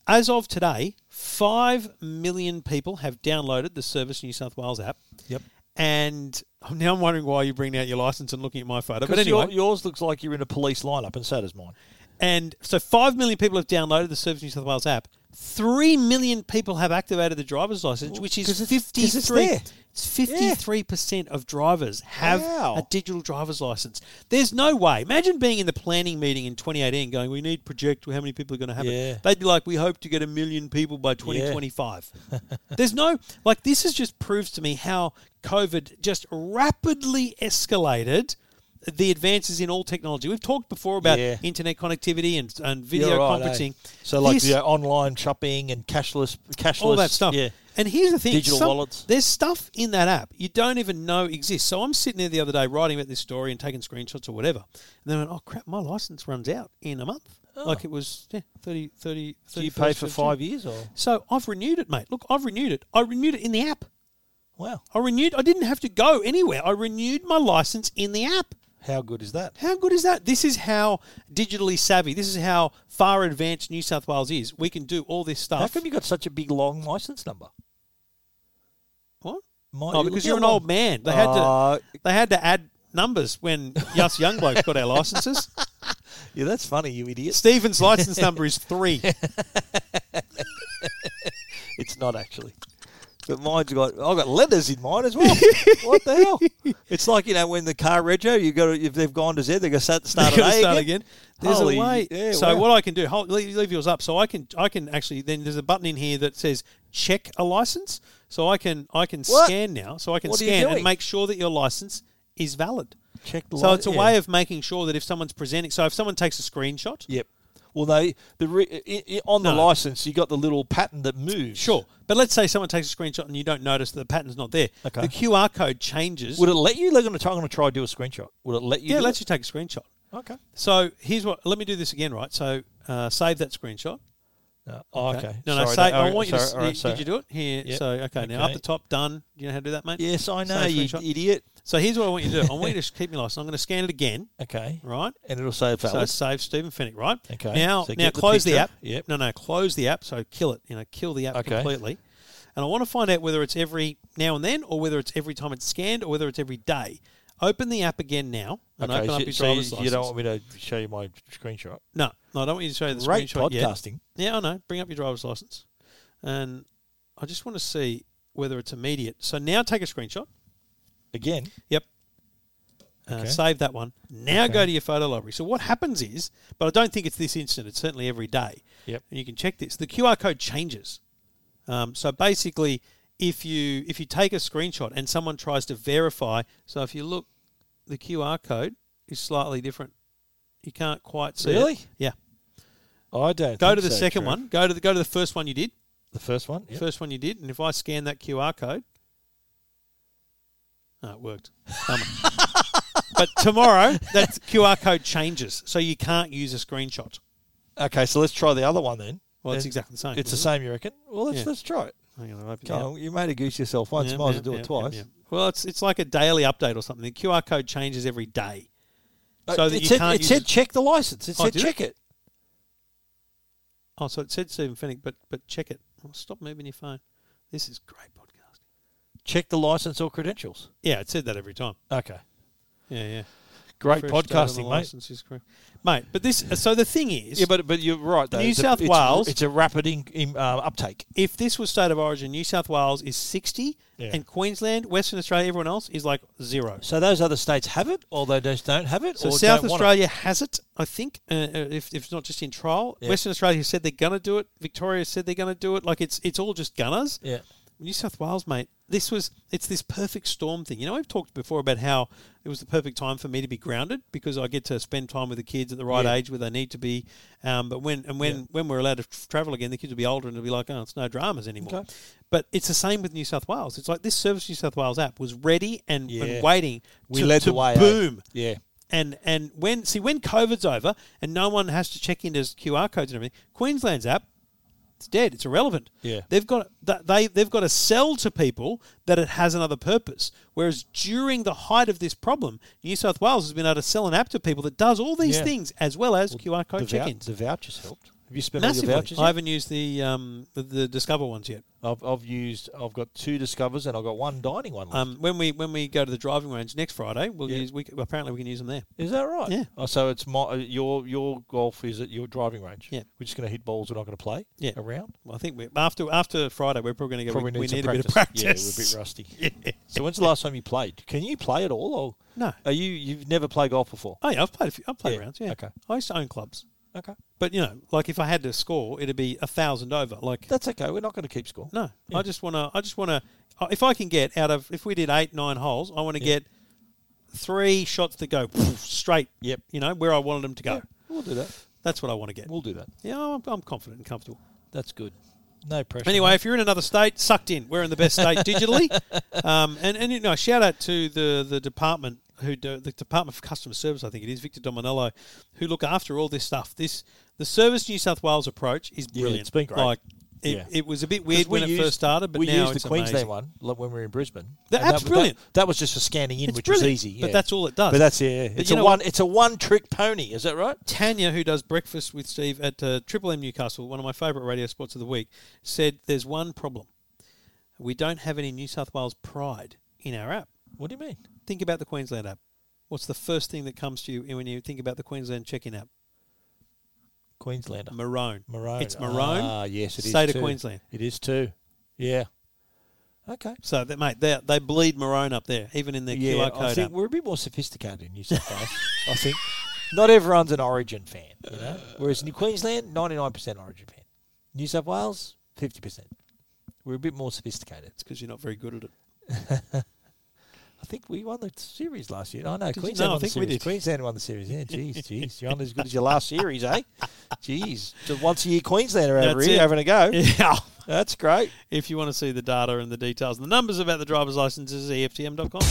Speaker 1: As of today, 5 million people have downloaded the Service New South Wales app.
Speaker 2: Yep.
Speaker 1: And now I'm wondering why you're bringing out your license and looking at my photo. But
Speaker 2: Because
Speaker 1: anyway,
Speaker 2: your, yours looks like you're in a police lineup, and so does mine.
Speaker 1: and so 5 million people have downloaded the Service New South Wales app. 3 million people have activated the driver's license, which is
Speaker 2: 'Cause it's- 'cause it's
Speaker 1: 53.
Speaker 2: there.
Speaker 1: It's 53% of drivers have
Speaker 2: Wow.
Speaker 1: a digital driver's license. There's no way. Imagine being in the planning meeting in 2018 going, we need project how many people are going to have
Speaker 2: Yeah.
Speaker 1: it. They'd be like, we hope to get a million people by 2025. There's no, like, this has just proves to me how COVID just rapidly escalated the advances in all technology. We've talked before about
Speaker 2: Yeah.
Speaker 1: internet connectivity and, and video
Speaker 2: You're right, eh?
Speaker 1: conferencing.
Speaker 2: So like
Speaker 1: This-
Speaker 2: the online shopping and cashless, cashless,
Speaker 1: all that stuff.
Speaker 2: Yeah.
Speaker 1: And here's the thing:
Speaker 2: Digital
Speaker 1: some-
Speaker 2: wallets.
Speaker 1: There's stuff in that app you don't even know exists. So I'm sitting there the other day writing about this story and taking screenshots or whatever, and then I went, "Oh crap, my license runs out in a month." Like it was yeah, 30, 30,
Speaker 2: Do Oh. you pay
Speaker 1: 31st
Speaker 2: for
Speaker 1: of June.
Speaker 2: five years or
Speaker 1: So I've renewed it, mate. Look, I've renewed it. I renewed it in the app.
Speaker 2: wow?
Speaker 1: I renewed. I didn't have to go anywhere. I renewed my license in the app.
Speaker 2: How good is that?
Speaker 1: How good is that? This is how digitally savvy. This is how far advanced New South Wales is. We can do all this stuff.
Speaker 2: How come you got such a big long license number?
Speaker 1: What?
Speaker 2: My-
Speaker 1: Oh,
Speaker 2: look
Speaker 1: because
Speaker 2: how
Speaker 1: you're an
Speaker 2: long-
Speaker 1: old man. They had
Speaker 2: Uh,
Speaker 1: to they had to add numbers when us young blokes got our licenses.
Speaker 2: Yeah, that's funny, you idiot.
Speaker 1: Stephen's license number is three.
Speaker 2: It's not actually. But mine's got I've got letters in mine as well. what the hell? It's like you know when the car rego you got if they've gone to Z they're gonna start, start
Speaker 1: Gotta
Speaker 2: at A
Speaker 1: start
Speaker 2: again.
Speaker 1: again. There's
Speaker 2: Holy-
Speaker 1: a way.
Speaker 2: yeah,
Speaker 1: so
Speaker 2: wow.
Speaker 1: what I can do? Hold, leave, leave yours up. So I can I can actually then there's a button in here that says check a license. So I can I can
Speaker 2: What?
Speaker 1: scan now. So I can
Speaker 2: What are you
Speaker 1: scan and
Speaker 2: doing?
Speaker 1: make sure that your license is valid.
Speaker 2: Check
Speaker 1: So it's a way of making sure that if someone's presenting, so if someone takes a screenshot,
Speaker 2: Yep. Well, they the re, i, i, on the
Speaker 1: No.
Speaker 2: license you got the little pattern that moves.
Speaker 1: sure. But let's say someone takes a screenshot and you don't notice that the pattern's not there.
Speaker 2: Okay.
Speaker 1: The QR code changes.
Speaker 2: Would it let you? Like, I'm going to try and do a screenshot. Would it let you?
Speaker 1: yeah,
Speaker 2: do
Speaker 1: lets
Speaker 2: it?
Speaker 1: you take a screenshot.
Speaker 2: Okay.
Speaker 1: So here's what. Let me do this again, right? So uh, save that screenshot.
Speaker 2: No. Oh, okay.
Speaker 1: No, no.
Speaker 2: Sorry,
Speaker 1: Save,
Speaker 2: that-
Speaker 1: I
Speaker 2: oh,
Speaker 1: want you
Speaker 2: sorry,
Speaker 1: to.
Speaker 2: all right,
Speaker 1: did
Speaker 2: sorry.
Speaker 1: you do it here?
Speaker 2: Yep.
Speaker 1: So okay, now up
Speaker 2: Okay.
Speaker 1: the top, done. Do you know how to do that, mate?
Speaker 2: Yes, I know
Speaker 1: Save
Speaker 2: you
Speaker 1: screenshot.
Speaker 2: idiot.
Speaker 1: So here's what I want you to do. I want you to keep me license. I'm going to scan it again,
Speaker 2: Okay.
Speaker 1: right?
Speaker 2: And it'll say
Speaker 1: So
Speaker 2: valid.
Speaker 1: save Stephen Fennick, right?
Speaker 2: Okay.
Speaker 1: Now,
Speaker 2: So
Speaker 1: now
Speaker 2: get the
Speaker 1: close the,
Speaker 2: picture.
Speaker 1: app.
Speaker 2: Yep.
Speaker 1: No, no, close the app. So kill it. You know, kill the app
Speaker 2: Okay.
Speaker 1: completely. And I want to find out whether it's every now and then, or whether it's every time it's scanned, or whether it's every day. Open the app again now, and
Speaker 2: okay.
Speaker 1: open
Speaker 2: so,
Speaker 1: up your
Speaker 2: so
Speaker 1: driver's
Speaker 2: you,
Speaker 1: license.
Speaker 2: you don't want me to show you my screenshot?
Speaker 1: no, no, I don't want you to show you the
Speaker 2: Great
Speaker 1: screenshot yet.
Speaker 2: podcasting.
Speaker 1: Yeah, I know. Bring up your driver's license, and I just want to see whether it's immediate. So now take a screenshot.
Speaker 2: Again.
Speaker 1: Yep. Uh,
Speaker 2: Okay.
Speaker 1: Save that one. Now go
Speaker 2: Okay.
Speaker 1: to your photo library. So what happens is, but I don't think it's this instant. It's certainly every day.
Speaker 2: Yep.
Speaker 1: And you can check this. The QR code changes. Um, so basically, if you if you take a screenshot and someone tries to verify, so if you look, the QR code is slightly different. You can't quite see. it.
Speaker 2: Really?
Speaker 1: Yeah.
Speaker 2: I don't.
Speaker 1: Go
Speaker 2: think
Speaker 1: to the
Speaker 2: so,
Speaker 1: second
Speaker 2: Trev.
Speaker 1: one. Go to the go to the first one you did.
Speaker 2: The first one. Yep.
Speaker 1: First one you did, and if I scan that QR code, oh, it worked. Bummer. but tomorrow, that QR code changes, so you can't use a screenshot.
Speaker 2: Okay, so let's try the other one then.
Speaker 1: Well, it's
Speaker 2: And
Speaker 1: exactly the same,
Speaker 2: It's the
Speaker 1: isn't
Speaker 2: same, you reckon? Well, let's
Speaker 1: Yeah.
Speaker 2: let's try it.
Speaker 1: Hang on, I'll open
Speaker 2: Come
Speaker 1: it up.
Speaker 2: on, you made a goose yourself once.
Speaker 1: Yeah,
Speaker 2: Might as
Speaker 1: yeah,
Speaker 2: well do
Speaker 1: yeah,
Speaker 2: it twice.
Speaker 1: yeah, yeah. Well, it's it's like a daily update or something. The QR code changes every day,
Speaker 2: Uh,
Speaker 1: so that
Speaker 2: it
Speaker 1: you
Speaker 2: said,
Speaker 1: can't
Speaker 2: it
Speaker 1: use
Speaker 2: said
Speaker 1: it.
Speaker 2: check the license. It
Speaker 1: Oh,
Speaker 2: said
Speaker 1: did it?
Speaker 2: check it.
Speaker 1: Oh, so it said Stephen Fennick, but but check it. Oh, stop moving your phone. This is great podcasting.
Speaker 2: Check the license or credentials.
Speaker 1: Yeah, it said that every time.
Speaker 2: Okay.
Speaker 1: Yeah, yeah.
Speaker 2: Great
Speaker 1: First date on the
Speaker 2: podcasting, mate.
Speaker 1: license is correct. Mate, but this. So the thing is,
Speaker 2: Yeah, but but you're right. Though.
Speaker 1: New
Speaker 2: It's a-
Speaker 1: South
Speaker 2: it's-
Speaker 1: Wales-
Speaker 2: it's a rapid in, in, uh, uptake.
Speaker 1: if this was state of origin, New South Wales is 60,
Speaker 2: Yeah.
Speaker 1: and Queensland, Western Australia, everyone else is like zero.
Speaker 2: So those other states have it, or they just don't have it.
Speaker 1: So
Speaker 2: or
Speaker 1: South
Speaker 2: don't want
Speaker 1: Australia has it, I think, uh, uh, if, if it's not just in trial.
Speaker 2: Yeah.
Speaker 1: Western Australia said they're going to do it. Victoria said they're going to do it. Like it's it's all just gunners.
Speaker 2: It. Yeah.
Speaker 1: New South Wales, mate, this was it's this perfect storm thing. You know, we've talked before about how it was the perfect time for me to be grounded because I get to spend time with the kids at the right
Speaker 2: Yeah.
Speaker 1: age where they need to be. Um, but when and when
Speaker 2: Yeah.
Speaker 1: when we're allowed to tr- travel again, the kids will be older and it'll be like, oh, it's no dramas anymore.
Speaker 2: Okay.
Speaker 1: But it's the same with New South Wales. It's like this Service New South Wales app was ready and,
Speaker 2: Yeah.
Speaker 1: and waiting
Speaker 2: We
Speaker 1: to,
Speaker 2: led
Speaker 1: to
Speaker 2: the way. eh?
Speaker 1: boom.
Speaker 2: Yeah.
Speaker 1: And and when see when COVID's over and no one has to check into QR codes and everything, Queensland's app, it's dead. It's irrelevant.
Speaker 2: Yeah.
Speaker 1: they've got th- they they've got to sell to people that it has another purpose. Whereas during the height of this problem, New South Wales has been able to sell an app to people that does all these
Speaker 2: Yeah.
Speaker 1: things as well as QR
Speaker 2: The,
Speaker 1: code
Speaker 2: vou-
Speaker 1: check-ins.
Speaker 2: the vouchers helped. Have you spent
Speaker 1: Massively.
Speaker 2: all your vouchers?
Speaker 1: I
Speaker 2: yet?
Speaker 1: haven't used the um the, the Discover ones yet.
Speaker 2: I've, I've used. I've got two discovers, and I've got one dining one. Left.
Speaker 1: Um, when we when we go to the driving range next Friday, we'll
Speaker 2: Yeah.
Speaker 1: use we c- apparently we can use them there.
Speaker 2: Is that right?
Speaker 1: Yeah.
Speaker 2: Oh, so it's my uh, your your golf is at your driving range.
Speaker 1: Yeah.
Speaker 2: We're just going to hit balls. We're not going to play.
Speaker 1: Yeah.
Speaker 2: Around.
Speaker 1: Well, I think we, after after Friday we're probably going to go.
Speaker 2: Probably
Speaker 1: we, we
Speaker 2: need, some
Speaker 1: need a bit
Speaker 2: practice.
Speaker 1: of practice.
Speaker 2: Yeah, we're a bit rusty. So when's the last time you played? Can you play at all? Or
Speaker 1: No.
Speaker 2: Are you you've never played golf before?
Speaker 1: Oh yeah, I've played a few. I've played
Speaker 2: Yeah,
Speaker 1: rounds. Yeah.
Speaker 2: okay.
Speaker 1: I used to own clubs,
Speaker 2: Okay.
Speaker 1: but you know, like if I had to score, it'd be a thousand over. Like
Speaker 2: That's okay. We're not going to keep score.
Speaker 1: no,
Speaker 2: Yeah.
Speaker 1: I just want to. I just want to. If I can get out of if we did eight nine holes, I want to get three shots that go straight.
Speaker 2: Yep.
Speaker 1: You know where I wanted them to go.
Speaker 2: Yeah, we'll do that.
Speaker 1: That's what I want to get.
Speaker 2: We'll do that.
Speaker 1: yeah, I'm, I'm confident and comfortable.
Speaker 2: That's good. No pressure.
Speaker 1: Anyway, if you're in another state, sucked in. We're in the best state digitally. Um, and, and you know, shout out to the the department who do, the Department for Customer Service, I think it is Victor Dominello, who look after all this stuff. This the Service New South Wales approach is
Speaker 2: Yeah,
Speaker 1: brilliant.
Speaker 2: it's been great.
Speaker 1: Like it,
Speaker 2: Yeah.
Speaker 1: it was a bit
Speaker 2: 'Cause
Speaker 1: weird when
Speaker 2: we
Speaker 1: it
Speaker 2: used-
Speaker 1: first started, but
Speaker 2: we
Speaker 1: now
Speaker 2: used
Speaker 1: it's
Speaker 2: the Queensland
Speaker 1: amazing.
Speaker 2: one like when we were in Brisbane.
Speaker 1: The
Speaker 2: And
Speaker 1: app's
Speaker 2: that,
Speaker 1: brilliant.
Speaker 2: That, that was just for scanning in,
Speaker 1: It's
Speaker 2: which
Speaker 1: brilliant,
Speaker 2: was easy.
Speaker 1: but
Speaker 2: yeah.
Speaker 1: that's all it does.
Speaker 2: But that's yeah.
Speaker 1: But
Speaker 2: It's
Speaker 1: you
Speaker 2: a
Speaker 1: know
Speaker 2: one. It's a one trick pony. Is that right?
Speaker 1: Tanya, who does breakfast with Steve at uh, Triple M Newcastle, one of my favourite radio spots of the week, said there's one problem. We don't have any New South Wales pride in our app.
Speaker 2: What do you mean?
Speaker 1: think about the Queensland app. What's the first thing that comes to you when you think about the Queensland check-in app?
Speaker 2: Queenslander.
Speaker 1: Maroon.
Speaker 2: Maroon.
Speaker 1: It's maroon.
Speaker 2: Ah, yes, it is.
Speaker 1: State of
Speaker 2: too.
Speaker 1: Queensland.
Speaker 2: It is too. Yeah. Okay.
Speaker 1: So that mate, they they bleed maroon up there, even in their
Speaker 2: yeah,
Speaker 1: QR
Speaker 2: I
Speaker 1: code
Speaker 2: think
Speaker 1: app.
Speaker 2: we're a bit more sophisticated in New South Wales. I think not everyone's an Origin fan, you know. Whereas in Queensland, ninety nine percent Origin fan. New South Wales, fifty percent. We're a bit more sophisticated.
Speaker 1: It's because you're not very good at it.
Speaker 2: I think we won the series last year. I know
Speaker 1: you?
Speaker 2: Queensland
Speaker 1: No, I
Speaker 2: won the
Speaker 1: think we
Speaker 2: series.
Speaker 1: did.
Speaker 2: Queensland won the series. Yeah, jeez, jeez, you're not as good as your last series, eh? Jeez, just once a year Queenslander over
Speaker 1: That's
Speaker 2: here
Speaker 1: it.
Speaker 2: having a go.
Speaker 1: Yeah.
Speaker 2: That's great.
Speaker 1: If you want to see the data and the details and the numbers about the driver's E licenses, EFTM.com.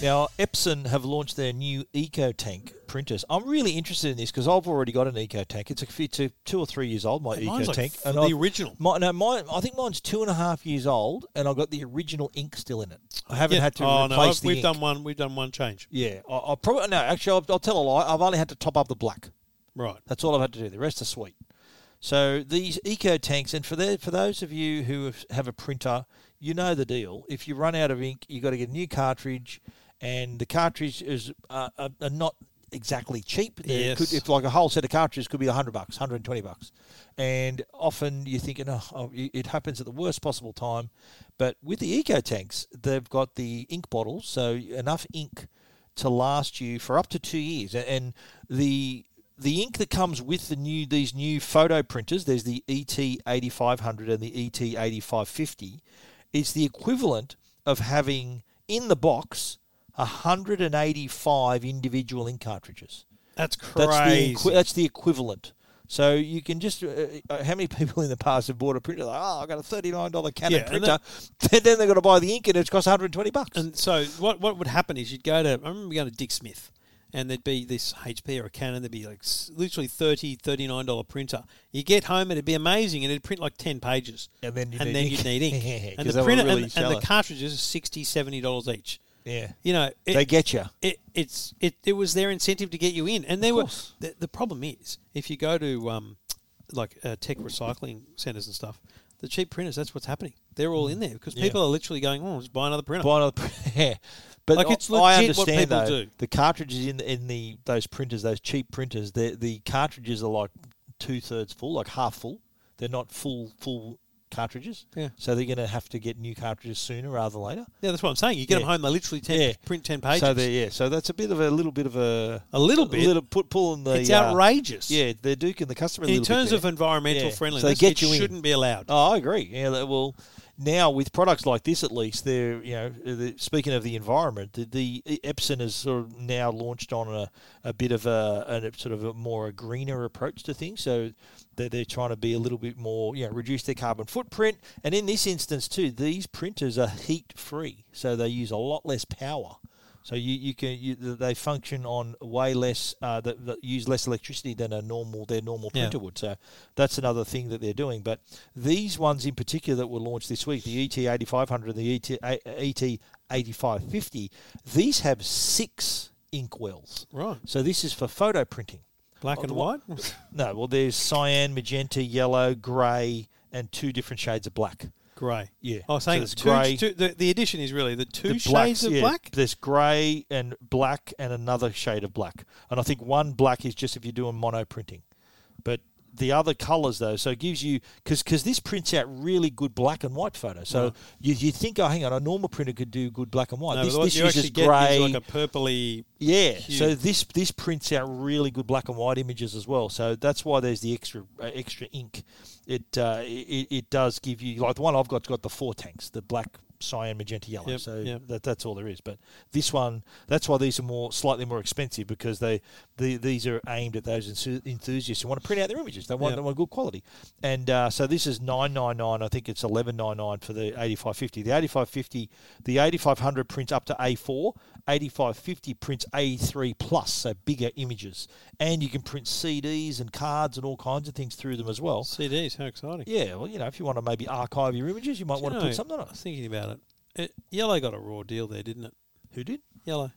Speaker 2: Now, Epson have launched their new EcoTank printers. I'm really interested in this because I've already got an EcoTank. It's a few, two, two or three years old. My
Speaker 1: Mine's like
Speaker 2: EcoTank,
Speaker 1: f-
Speaker 2: and
Speaker 1: the
Speaker 2: I've-
Speaker 1: original.
Speaker 2: My, no, mine. I think mine's two and a half years old, and I've got the original ink still in it. I haven't
Speaker 1: Yeah.
Speaker 2: had to
Speaker 1: oh,
Speaker 2: replace
Speaker 1: no, I've-
Speaker 2: the
Speaker 1: we've
Speaker 2: ink.
Speaker 1: done one. We've done one change.
Speaker 2: Yeah, I, I'll probably no. Actually, I'll, I'll tell a lie. I've only had to top up the black.
Speaker 1: Right.
Speaker 2: That's all I've had to do. The rest are sweet. So these eco tanks, and for the, for those of you who have- have a printer, you know the deal. If you run out of ink, you got to get a new cartridge, and the cartridge is uh, are, are not exactly cheap. They
Speaker 1: Yes.
Speaker 2: could- if like a whole set of cartridges could be hundred bucks, hundred twenty bucks, and often you're thinking, oh, oh, y- it happens at the worst possible time. But with the eco tanks, they've got the ink bottles, so enough ink to last you for up to two years. A- And the the ink that comes with the new these new photo printers, there's the ET eighty five hundred and the ET eighty five fifty, is the equivalent of having in the box hundred and eighty five individual ink cartridges.
Speaker 1: That's
Speaker 2: That's the
Speaker 1: crazy.
Speaker 2: equi- that's the equivalent. So you can just uh, uh, how many people in the past have bought a printer like oh I got a thirty nine dollar Canon
Speaker 1: Yeah, and
Speaker 2: printer, then they're going to buy the ink and it's cost one hundred and twenty bucks.
Speaker 1: And so what what would happen is you'd go to I remember going to Dick Smith and there'd be this HP or a Canon there'd be like s- literally 30 39 dollar printer. You get home and it'd be amazing and it'd print like 10 pages.
Speaker 2: And then you'd
Speaker 1: and
Speaker 2: need
Speaker 1: then
Speaker 2: ink.
Speaker 1: you'd need ink.
Speaker 2: Yeah,
Speaker 1: and
Speaker 2: 'cause
Speaker 1: the
Speaker 2: they were
Speaker 1: printer
Speaker 2: really
Speaker 1: and, and the
Speaker 2: shallow.
Speaker 1: cartridges are 60 70 dollars each.
Speaker 2: yeah,
Speaker 1: You know, it,
Speaker 2: they get you.
Speaker 1: it, it's it, it was their incentive to get you in, and they were
Speaker 2: course.
Speaker 1: the, the problem is if you go to um, like uh, tech recycling centers and stuff, the cheap printers that's what's happening. They're all in there because
Speaker 2: Mm. Yeah.
Speaker 1: people are literally going, oh, just buy another printer.
Speaker 2: Buy another pr- yeah. But
Speaker 1: Like,
Speaker 2: I-
Speaker 1: it's
Speaker 2: I
Speaker 1: legit what
Speaker 2: understand
Speaker 1: people
Speaker 2: though,
Speaker 1: do.
Speaker 2: the cartridges in in the those printers, those cheap printers, the the cartridges are like two thirds full, like half full. They're not full full cartridges.
Speaker 1: Yeah.
Speaker 2: So they're going to have to get new cartridges sooner rather than later.
Speaker 1: yeah, that's what I'm saying. You get
Speaker 2: Yeah.
Speaker 1: them home, they literally 10,
Speaker 2: Yeah.
Speaker 1: print ten pages.
Speaker 2: So they yeah. So that's a bit of a little bit of a
Speaker 1: A little bit?
Speaker 2: little put pulling the
Speaker 1: it's
Speaker 2: uh,
Speaker 1: outrageous.
Speaker 2: yeah, they're duking the customer. a
Speaker 1: in
Speaker 2: little bit
Speaker 1: terms
Speaker 2: there.
Speaker 1: of environmental
Speaker 2: Yeah.
Speaker 1: friendliness,
Speaker 2: So they get
Speaker 1: it
Speaker 2: you in.
Speaker 1: shouldn't be allowed.
Speaker 2: Oh, I agree. Yeah, that, well, now with products like this, at least they're you know the, speaking of the environment, the, the Epson is sort of now launched on a, a bit of a, a sort of a more a greener approach to things. So they're, they're trying to be a little bit more you know reduce their carbon footprint. And in this instance too, these printers are heat free, so they use a lot less power. So you, you can you, they function on way less uh, that, that use less electricity than a normal their normal
Speaker 1: Yeah.
Speaker 2: printer would. So that's another thing that they're doing. But these ones in particular that were launched this week, the ET eighty five hundred, the E ET ET eighty five fifty, these have six ink wells.
Speaker 1: Right,
Speaker 2: So this is for photo printing. Oh,
Speaker 1: black and white.
Speaker 2: No, well there's cyan, magenta, yellow, grey, and two different shades of black.
Speaker 1: Grey,
Speaker 2: Yeah.
Speaker 1: Oh, saying
Speaker 2: So there's
Speaker 1: two,
Speaker 2: grey-
Speaker 1: two- the, the addition is really the two
Speaker 2: the
Speaker 1: shades
Speaker 2: blacks,
Speaker 1: of
Speaker 2: yeah.
Speaker 1: black.
Speaker 2: There's grey and black and another shade of black. And I think one black is just if you're doing mono printing. But the other colours, though, so it gives you, because this prints out really good black and white photos. So you, you think, oh, hang on, a normal printer could do good black and white.
Speaker 1: No,
Speaker 2: Oh, this
Speaker 1: but what
Speaker 2: this
Speaker 1: you actually
Speaker 2: uses
Speaker 1: get
Speaker 2: grey.
Speaker 1: is like a purpley
Speaker 2: Yeah.
Speaker 1: Huge.
Speaker 2: So this this prints out really good black and white images as well. So that's why there's the extra uh, extra ink. It, uh, it it does give you like the one I've got's got the four tanks, the black, cyan, magenta, yellow.
Speaker 1: Yep,
Speaker 2: so
Speaker 1: yep.
Speaker 2: that that's all there is. But this one, that's why these are more slightly more expensive because they the, these are aimed at those enthu- enthusiasts who want to print out their images. They want
Speaker 1: Yep.
Speaker 2: they want good quality. And uh, so this is nine nine nine. I think it's eleven nine nine for the eighty five fifty. The eighty five fifty, the eighty five hundred prints up to A four. Eighty five fifty prints A three plus, so bigger images. And you can print CDs and cards and all kinds of things through them as well.
Speaker 1: CDs. How exciting!
Speaker 2: Yeah, well, you know, if you want to maybe archive your images, you might
Speaker 1: Do
Speaker 2: want
Speaker 1: you
Speaker 2: to
Speaker 1: know,
Speaker 2: put something on
Speaker 1: I
Speaker 2: it.
Speaker 1: was thinking about it. it. Yellow got a raw deal there, didn't it?
Speaker 2: Who did?
Speaker 1: Yellow.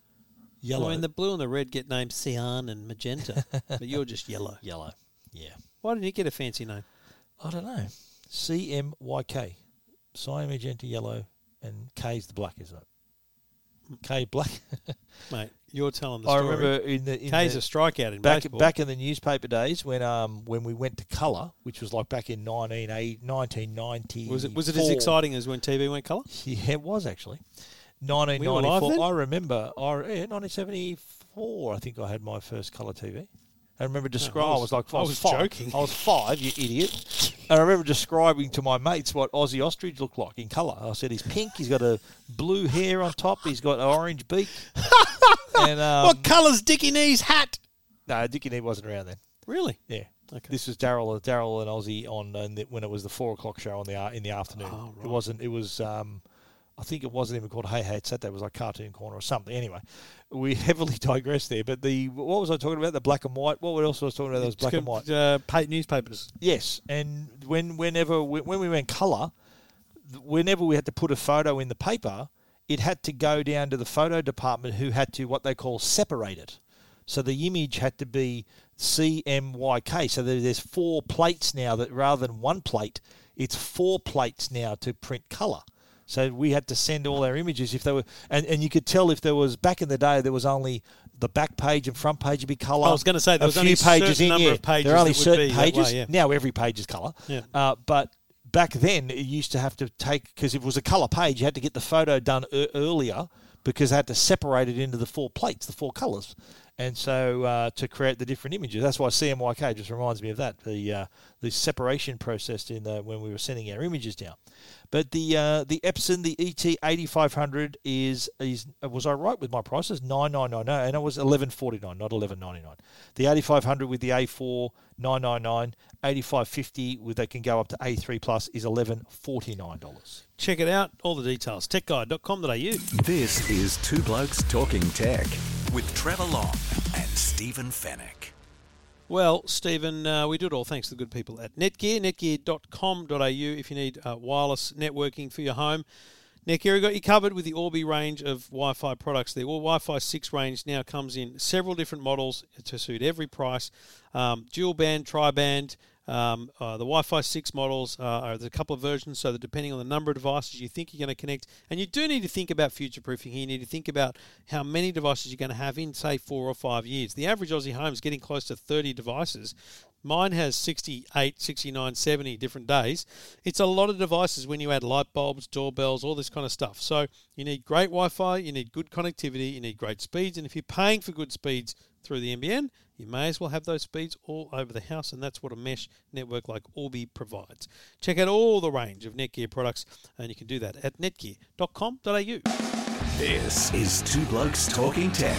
Speaker 2: Yellow.
Speaker 1: I mean, the blue and the red get named cyan and magenta, but you're just yellow.
Speaker 2: Yellow. Yeah.
Speaker 1: Why didn't you get a fancy name?
Speaker 2: I don't know. C M Y K. Cyan, magenta, yellow, and K's the black, isn't it? K black.
Speaker 1: Mate, you're telling the
Speaker 2: I
Speaker 1: story.
Speaker 2: remember in the in
Speaker 1: K's
Speaker 2: the-
Speaker 1: a strikeout in
Speaker 2: back
Speaker 1: baseball.
Speaker 2: back in the newspaper days when um when we went to colour, which was like back in 1980, 1990.
Speaker 1: was it was it as exciting as when TV went colour?
Speaker 2: Yeah, it was actually.
Speaker 1: Were you alive
Speaker 2: 1994.
Speaker 1: then?
Speaker 2: I remember. I yeah, 1974. I think I had my first colour TV. I remember describing.
Speaker 1: I
Speaker 2: I,
Speaker 1: was-
Speaker 2: was, like,
Speaker 1: I
Speaker 2: I was,
Speaker 1: was
Speaker 2: five.
Speaker 1: joking.
Speaker 2: I was five, you idiot. And I remember describing to my mates what Aussie ostrich looked like in colour. I said he's pink. He's got a blue hair on top. He's got an orange beak. and um,
Speaker 1: what colour's Dickie Knee's hat?
Speaker 2: no, Dickie Knee wasn't around then.
Speaker 1: Really?
Speaker 2: Yeah.
Speaker 1: Okay.
Speaker 2: This was Daryl, Daryl and Aussie on uh, the- when it was the four o'clock show on the a- in the afternoon.
Speaker 1: Oh, right.
Speaker 2: It wasn't. It was. Um, I think it wasn't even called Hey Hey It's Saturday. It was like Cartoon Corner or something. Anyway, we heavily digressed there. But the what was I talking about? The black and white. What else was I talking about? That was black and white.
Speaker 1: Uh, pa- newspapers.
Speaker 2: Yes, and when whenever we, when we went colour, th- whenever we had to put a photo in the paper, it had to go down to the photo department, who had to what they call separate it. So the image had to be CMYK. So there, there's four plates now that rather than one plate, it's four plates now to print colour. So we had to send all our images if they were, and, and you could tell if there was back in the day there was only the back page and front page would be colour.
Speaker 1: I was gonna say, there
Speaker 2: a
Speaker 1: was
Speaker 2: few
Speaker 1: only a certain
Speaker 2: pages in,
Speaker 1: number
Speaker 2: yeah.
Speaker 1: of pages
Speaker 2: There are only
Speaker 1: that would
Speaker 2: certain
Speaker 1: be that way,
Speaker 2: pages.
Speaker 1: yeah.
Speaker 2: Now every page is colour.
Speaker 1: Yeah.
Speaker 2: Uh, but back then, it used to have to take because if it was a colour page, you had to get the photo done e- earlier because they had to separate it into the four plates, the four colours, and so uh, to create the different images. That's why CMYK just reminds me of that the uh, the separation process in the, when we were sending our images down. But the uh, the Epson the ET eighty five hundred is is uh, was I right with my prices nine nine nine nine and it was eleven forty nine not eleven ninety nine. The eighty five hundred with the A four nine nine nine eighty five fifty with they can go up to A three plus is eleven forty nine dollars.
Speaker 1: Check it out. All the details. Techguide.com.au.
Speaker 3: This is Two Blokes Talking Tech with Trevor Long and Stephen Fennec.
Speaker 1: Well, Stephen, uh, we do it all thanks to the good people at Netgear. Netgear.com.au if you need uh, wireless networking for your home. Netgear have got you covered with the Orbi range of Wi Fi products there. Well, Wi Fi 6 range now comes in several different models to suit every price um, dual band, tri band. Um, uh, the Wi-Fi 6 models uh, are there's a couple of versions, so that depending on the number of devices you think you're going to connect, and you do need to think about future-proofing. here. You need to think about how many devices you're going to have in, say, four or five years. The average Aussie home is getting close to 30 devices. Mine has 68, 69, 70 different days. It's a lot of devices when you add light bulbs, doorbells, all this kind of stuff. So you need great Wi-Fi, you need good connectivity, you need great speeds, and if you're paying for good speeds through the NBN, you may as well have those speeds all over the house, and that's what a mesh network like Orbi provides. Check out all the range of Netgear products, and you can do that at netgear.com.au.
Speaker 3: This is Two Blokes Talking Tech.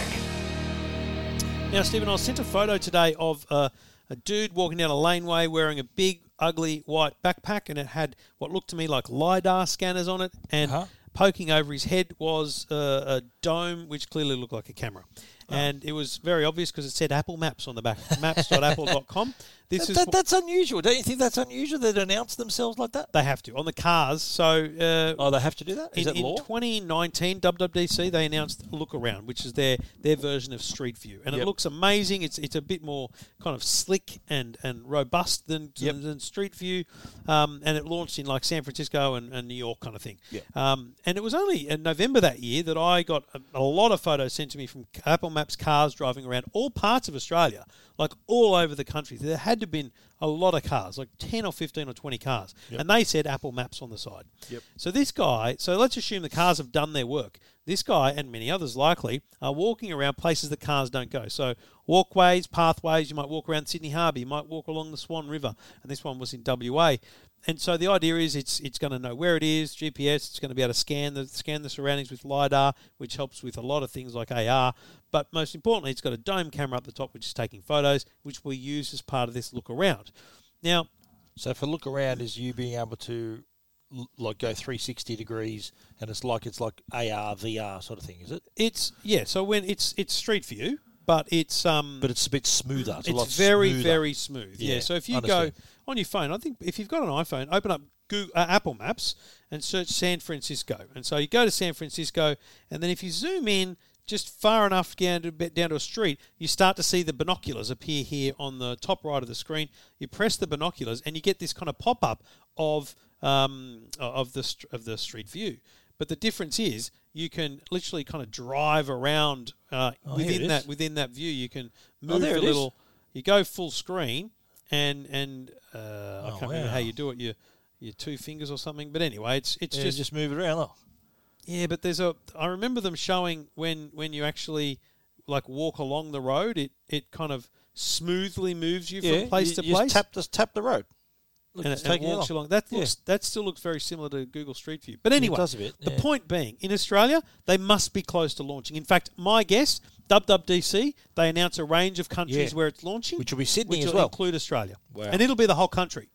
Speaker 1: Now, Stephen, I was sent a photo today of uh, a dude walking down a laneway wearing a big, ugly white backpack, and it had what looked to me like LiDAR scanners on it, and
Speaker 2: Uh-huh.
Speaker 1: poking over his head was uh, a dome which clearly looked like a camera.
Speaker 2: Uh-huh.
Speaker 1: And it was very obvious because it said Apple Maps on the back, maps.apple.com. This
Speaker 2: That,
Speaker 1: is
Speaker 2: that,
Speaker 1: wh-
Speaker 2: that's unusual, don't you think? That's unusual that announce themselves like that.
Speaker 1: They have to on the cars. So uh,
Speaker 2: Oh, they have to do that. Is
Speaker 1: in,
Speaker 2: it
Speaker 1: in
Speaker 2: law?
Speaker 1: 2019, WWDC they announced Look Around, which is their their version of Street View, and it
Speaker 2: Yep.
Speaker 1: looks amazing. It's it's a bit more kind of slick and and robust than
Speaker 2: Yep.
Speaker 1: than Street View, um, and it launched in like San Francisco and, and New York kind of thing.
Speaker 2: Yep.
Speaker 1: Um, and it was only in November that year that I got a, a lot of photos sent to me from Apple Maps cars driving around all parts of Australia, like all over the country. There had to have been a lot of cars, like 10 or 15 or 20 cars. And they said Apple Maps on the side. Yep. So this guy, so let's assume the cars have done their work. This guy and many others likely are walking around places that cars don't go. So walkways, pathways, you might walk around Sydney Harbour, you might walk along the Swan River. And this one was in WA and so the idea is it's it's going to know where it is, GPS. It's going to be able to scan the scan the surroundings with lidar, which helps with a lot of things like AR. But most importantly, it's got a dome camera up the top, which is taking photos, which we use as part of this look around. Now,
Speaker 2: So if a look around is you being able to l- like go 360 degrees and it's like it's like AR VR sort of thing, is it?
Speaker 1: it's yeah. So when it's it's street view, but it's um
Speaker 2: But it's a bit smoother. It's, a lot
Speaker 1: it's very
Speaker 2: smoother.
Speaker 1: very smooth. Yeah.
Speaker 2: Yeah,
Speaker 1: So if you
Speaker 2: understand.
Speaker 1: go on your phone, I think if you've got an iPhone, open up Google, uh, Apple Maps and search San Francisco. And so you go to San Francisco, and then if you zoom in just far enough down to bit down to a street, you start to see the binoculars appear here on the top right of the screen. You press the binoculars, and you get this kind of pop up of um, of the str- of the street view. But the difference is you can literally kind of drive around uh,
Speaker 2: Oh, here it
Speaker 1: within
Speaker 2: is.
Speaker 1: that within that view. You can
Speaker 2: Oh,
Speaker 1: move
Speaker 2: there
Speaker 1: the
Speaker 2: it is.
Speaker 1: little you go full screen and and uh, I can't remember how
Speaker 2: Oh, wow.
Speaker 1: you do it. You your two fingers or something. But anyway, it's it's
Speaker 2: Yeah,
Speaker 1: just,
Speaker 2: just, move it around. Look.
Speaker 1: yeah. But there's a I remember them showing when when you actually like walk along the road, it it kind of smoothly moves you from
Speaker 2: Yeah,
Speaker 1: place
Speaker 2: you-
Speaker 1: to
Speaker 2: you just
Speaker 1: place.
Speaker 2: tap the tap the road. Look,
Speaker 1: and
Speaker 2: it's
Speaker 1: it, and it
Speaker 2: taking you
Speaker 1: walks you
Speaker 2: along.
Speaker 1: along. That
Speaker 2: Yeah.
Speaker 1: looks that still looks very similar to Google Street View. But anyway,
Speaker 2: does a bit,
Speaker 1: the
Speaker 2: yeah.
Speaker 1: point being, in Australia, they must be close to launching. In fact, my guess, WWDC, they announce a range of countries
Speaker 2: Yeah.
Speaker 1: where it's launching,
Speaker 2: Which will be Sydney
Speaker 1: which
Speaker 2: as
Speaker 1: will
Speaker 2: well.
Speaker 1: include Australia,
Speaker 2: Wow.
Speaker 1: and it'll be the whole country.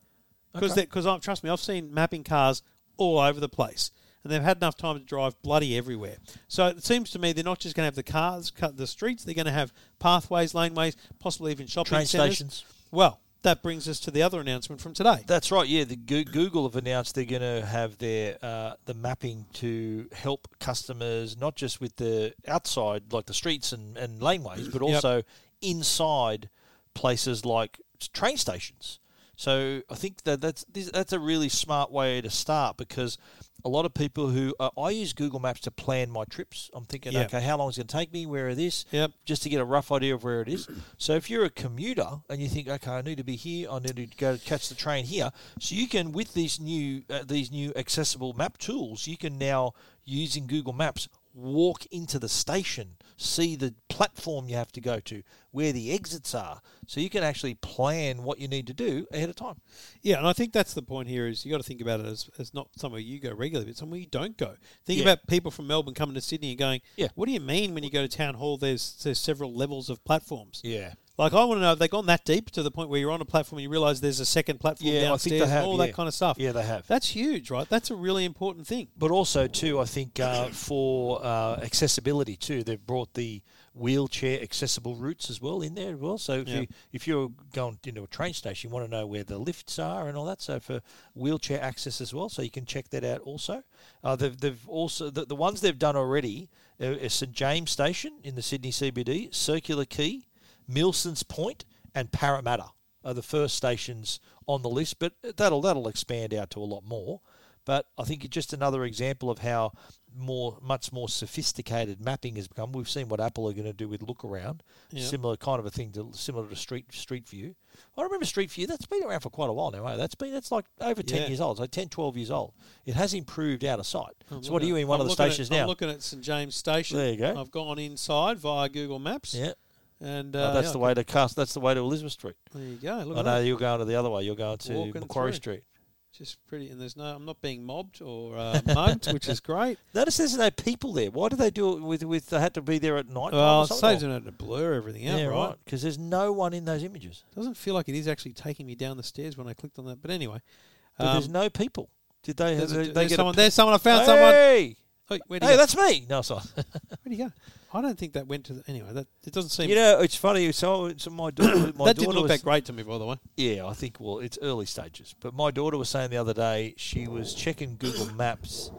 Speaker 1: Because
Speaker 2: Okay.
Speaker 1: because trust me, I've seen mapping cars all over the place, and they've had enough time to drive bloody everywhere. So it seems to me they're not just going to have the cars cut the streets; they're going to have pathways, laneways, possibly even shopping
Speaker 2: Train
Speaker 1: centres.
Speaker 2: stations.
Speaker 1: Well, that brings us to the other announcement from today.
Speaker 2: That's right. Yeah, the Goo- Google have announced they're going to have their uh, the mapping to help customers not just with the outside like the streets and, and laneways, but also inside places like s- train stations. So I think that that's this, that's a really smart way to start because a lot of people who uh, I use Google Maps to plan my trips. I'm thinking,
Speaker 1: Yeah.
Speaker 2: okay, how long is it going to take me? Where are this?
Speaker 1: Yep.
Speaker 2: just to get a rough idea of where it is. So if you're a commuter and you think, okay, I need to be here, I need to go to catch the train here, so you can with these new uh, these new accessible map tools, you can now using Google Maps walk into the station, see the platform you have to go to, where the exits are, so you can actually plan what you need to do ahead of time.
Speaker 1: Yeah, and I think that's the point here is you got to think about it as, as not somewhere you go regularly, but somewhere you don't go. Think
Speaker 2: Yeah.
Speaker 1: about people from Melbourne coming to Sydney and going,
Speaker 2: Yeah.
Speaker 1: what do you mean when you go to town hall? There's there's several levels of platforms.
Speaker 2: Yeah.
Speaker 1: Like I want to know, have they gone that deep to the point where you're on a platform and you realise there's a second platform
Speaker 2: Yeah, I
Speaker 1: downstairs
Speaker 2: think they have.
Speaker 1: and all
Speaker 2: yeah.
Speaker 1: that kind of stuff.
Speaker 2: Yeah, they have.
Speaker 1: that's huge, right? That's a really important thing.
Speaker 2: but also too, I think uh, for uh, accessibility too, they've brought the wheelchair accessible routes as well in there as well. So if
Speaker 1: Yeah.
Speaker 2: you if you're going into a train station, you want to know where the lifts are and all that. So for wheelchair access as well, so you can check that out also. Uh, they've they've also the, the ones they've done already uh, is St James Station in the Sydney CBD, Circular Quay, Milson's Point, and Parramatta are the first stations on the list, but that'll that'll expand out to a lot more. But I think it's just another example of how more, much more sophisticated mapping has become. We've seen what Apple are going to do with look around, similar kind of a thing to similar to Street Street View. I remember Street View. That's been around for quite a while now. Eh? That's been that's like over ten
Speaker 1: Yeah.
Speaker 2: years old. It's like 10, 12 years old. It has improved out of sight. so what
Speaker 1: Look
Speaker 2: are you
Speaker 1: at-
Speaker 2: in one
Speaker 1: I'm
Speaker 2: of the
Speaker 1: looking at-
Speaker 2: stations
Speaker 1: I'm
Speaker 2: now?
Speaker 1: looking at St James Station.
Speaker 2: There you go.
Speaker 1: I've gone inside via Google Maps.
Speaker 2: Yeah,
Speaker 1: and
Speaker 2: Oh,
Speaker 1: uh,
Speaker 2: that's
Speaker 1: yeah,
Speaker 2: the way to cast. That's the way to Elizabeth Street.
Speaker 1: There you go. Look
Speaker 2: I
Speaker 1: at
Speaker 2: know
Speaker 1: that.
Speaker 2: you're going to the other way. You're going to
Speaker 1: Walking
Speaker 2: Macquarie
Speaker 1: through.
Speaker 2: Street.
Speaker 1: Just pretty, and there's no. I'm not being mobbed or uh, mugged, which is great.
Speaker 2: Notice there's no people there. Why do they do it with with they had to be there at night? time
Speaker 1: Well,
Speaker 2: or
Speaker 1: it
Speaker 2: something?
Speaker 1: saves them having to blur everything out,
Speaker 2: Yeah,
Speaker 1: right?
Speaker 2: right. Because there's no one in those images.
Speaker 1: Doesn't feel like it is actually taking me down the stairs when I clicked on that. But anyway,
Speaker 2: But
Speaker 1: um,
Speaker 2: there's no people. Did they?
Speaker 1: there's, a-
Speaker 2: they,
Speaker 1: there's
Speaker 2: get
Speaker 1: someone.
Speaker 2: A,
Speaker 1: There's someone. I found someone.
Speaker 2: hey,
Speaker 1: Hey, where'd he
Speaker 2: hey,
Speaker 1: go?
Speaker 2: that's me. No, sorry.
Speaker 1: Where'd he go? I don't think that went to. The, anyway, that it doesn't seem.
Speaker 2: you know, it's funny. So, so my daughter, my
Speaker 1: that
Speaker 2: daughter
Speaker 1: didn't look
Speaker 2: was,
Speaker 1: that great to me, by the way.
Speaker 2: Yeah, I think well, it's early stages. But my daughter was saying the other day she was checking Google Maps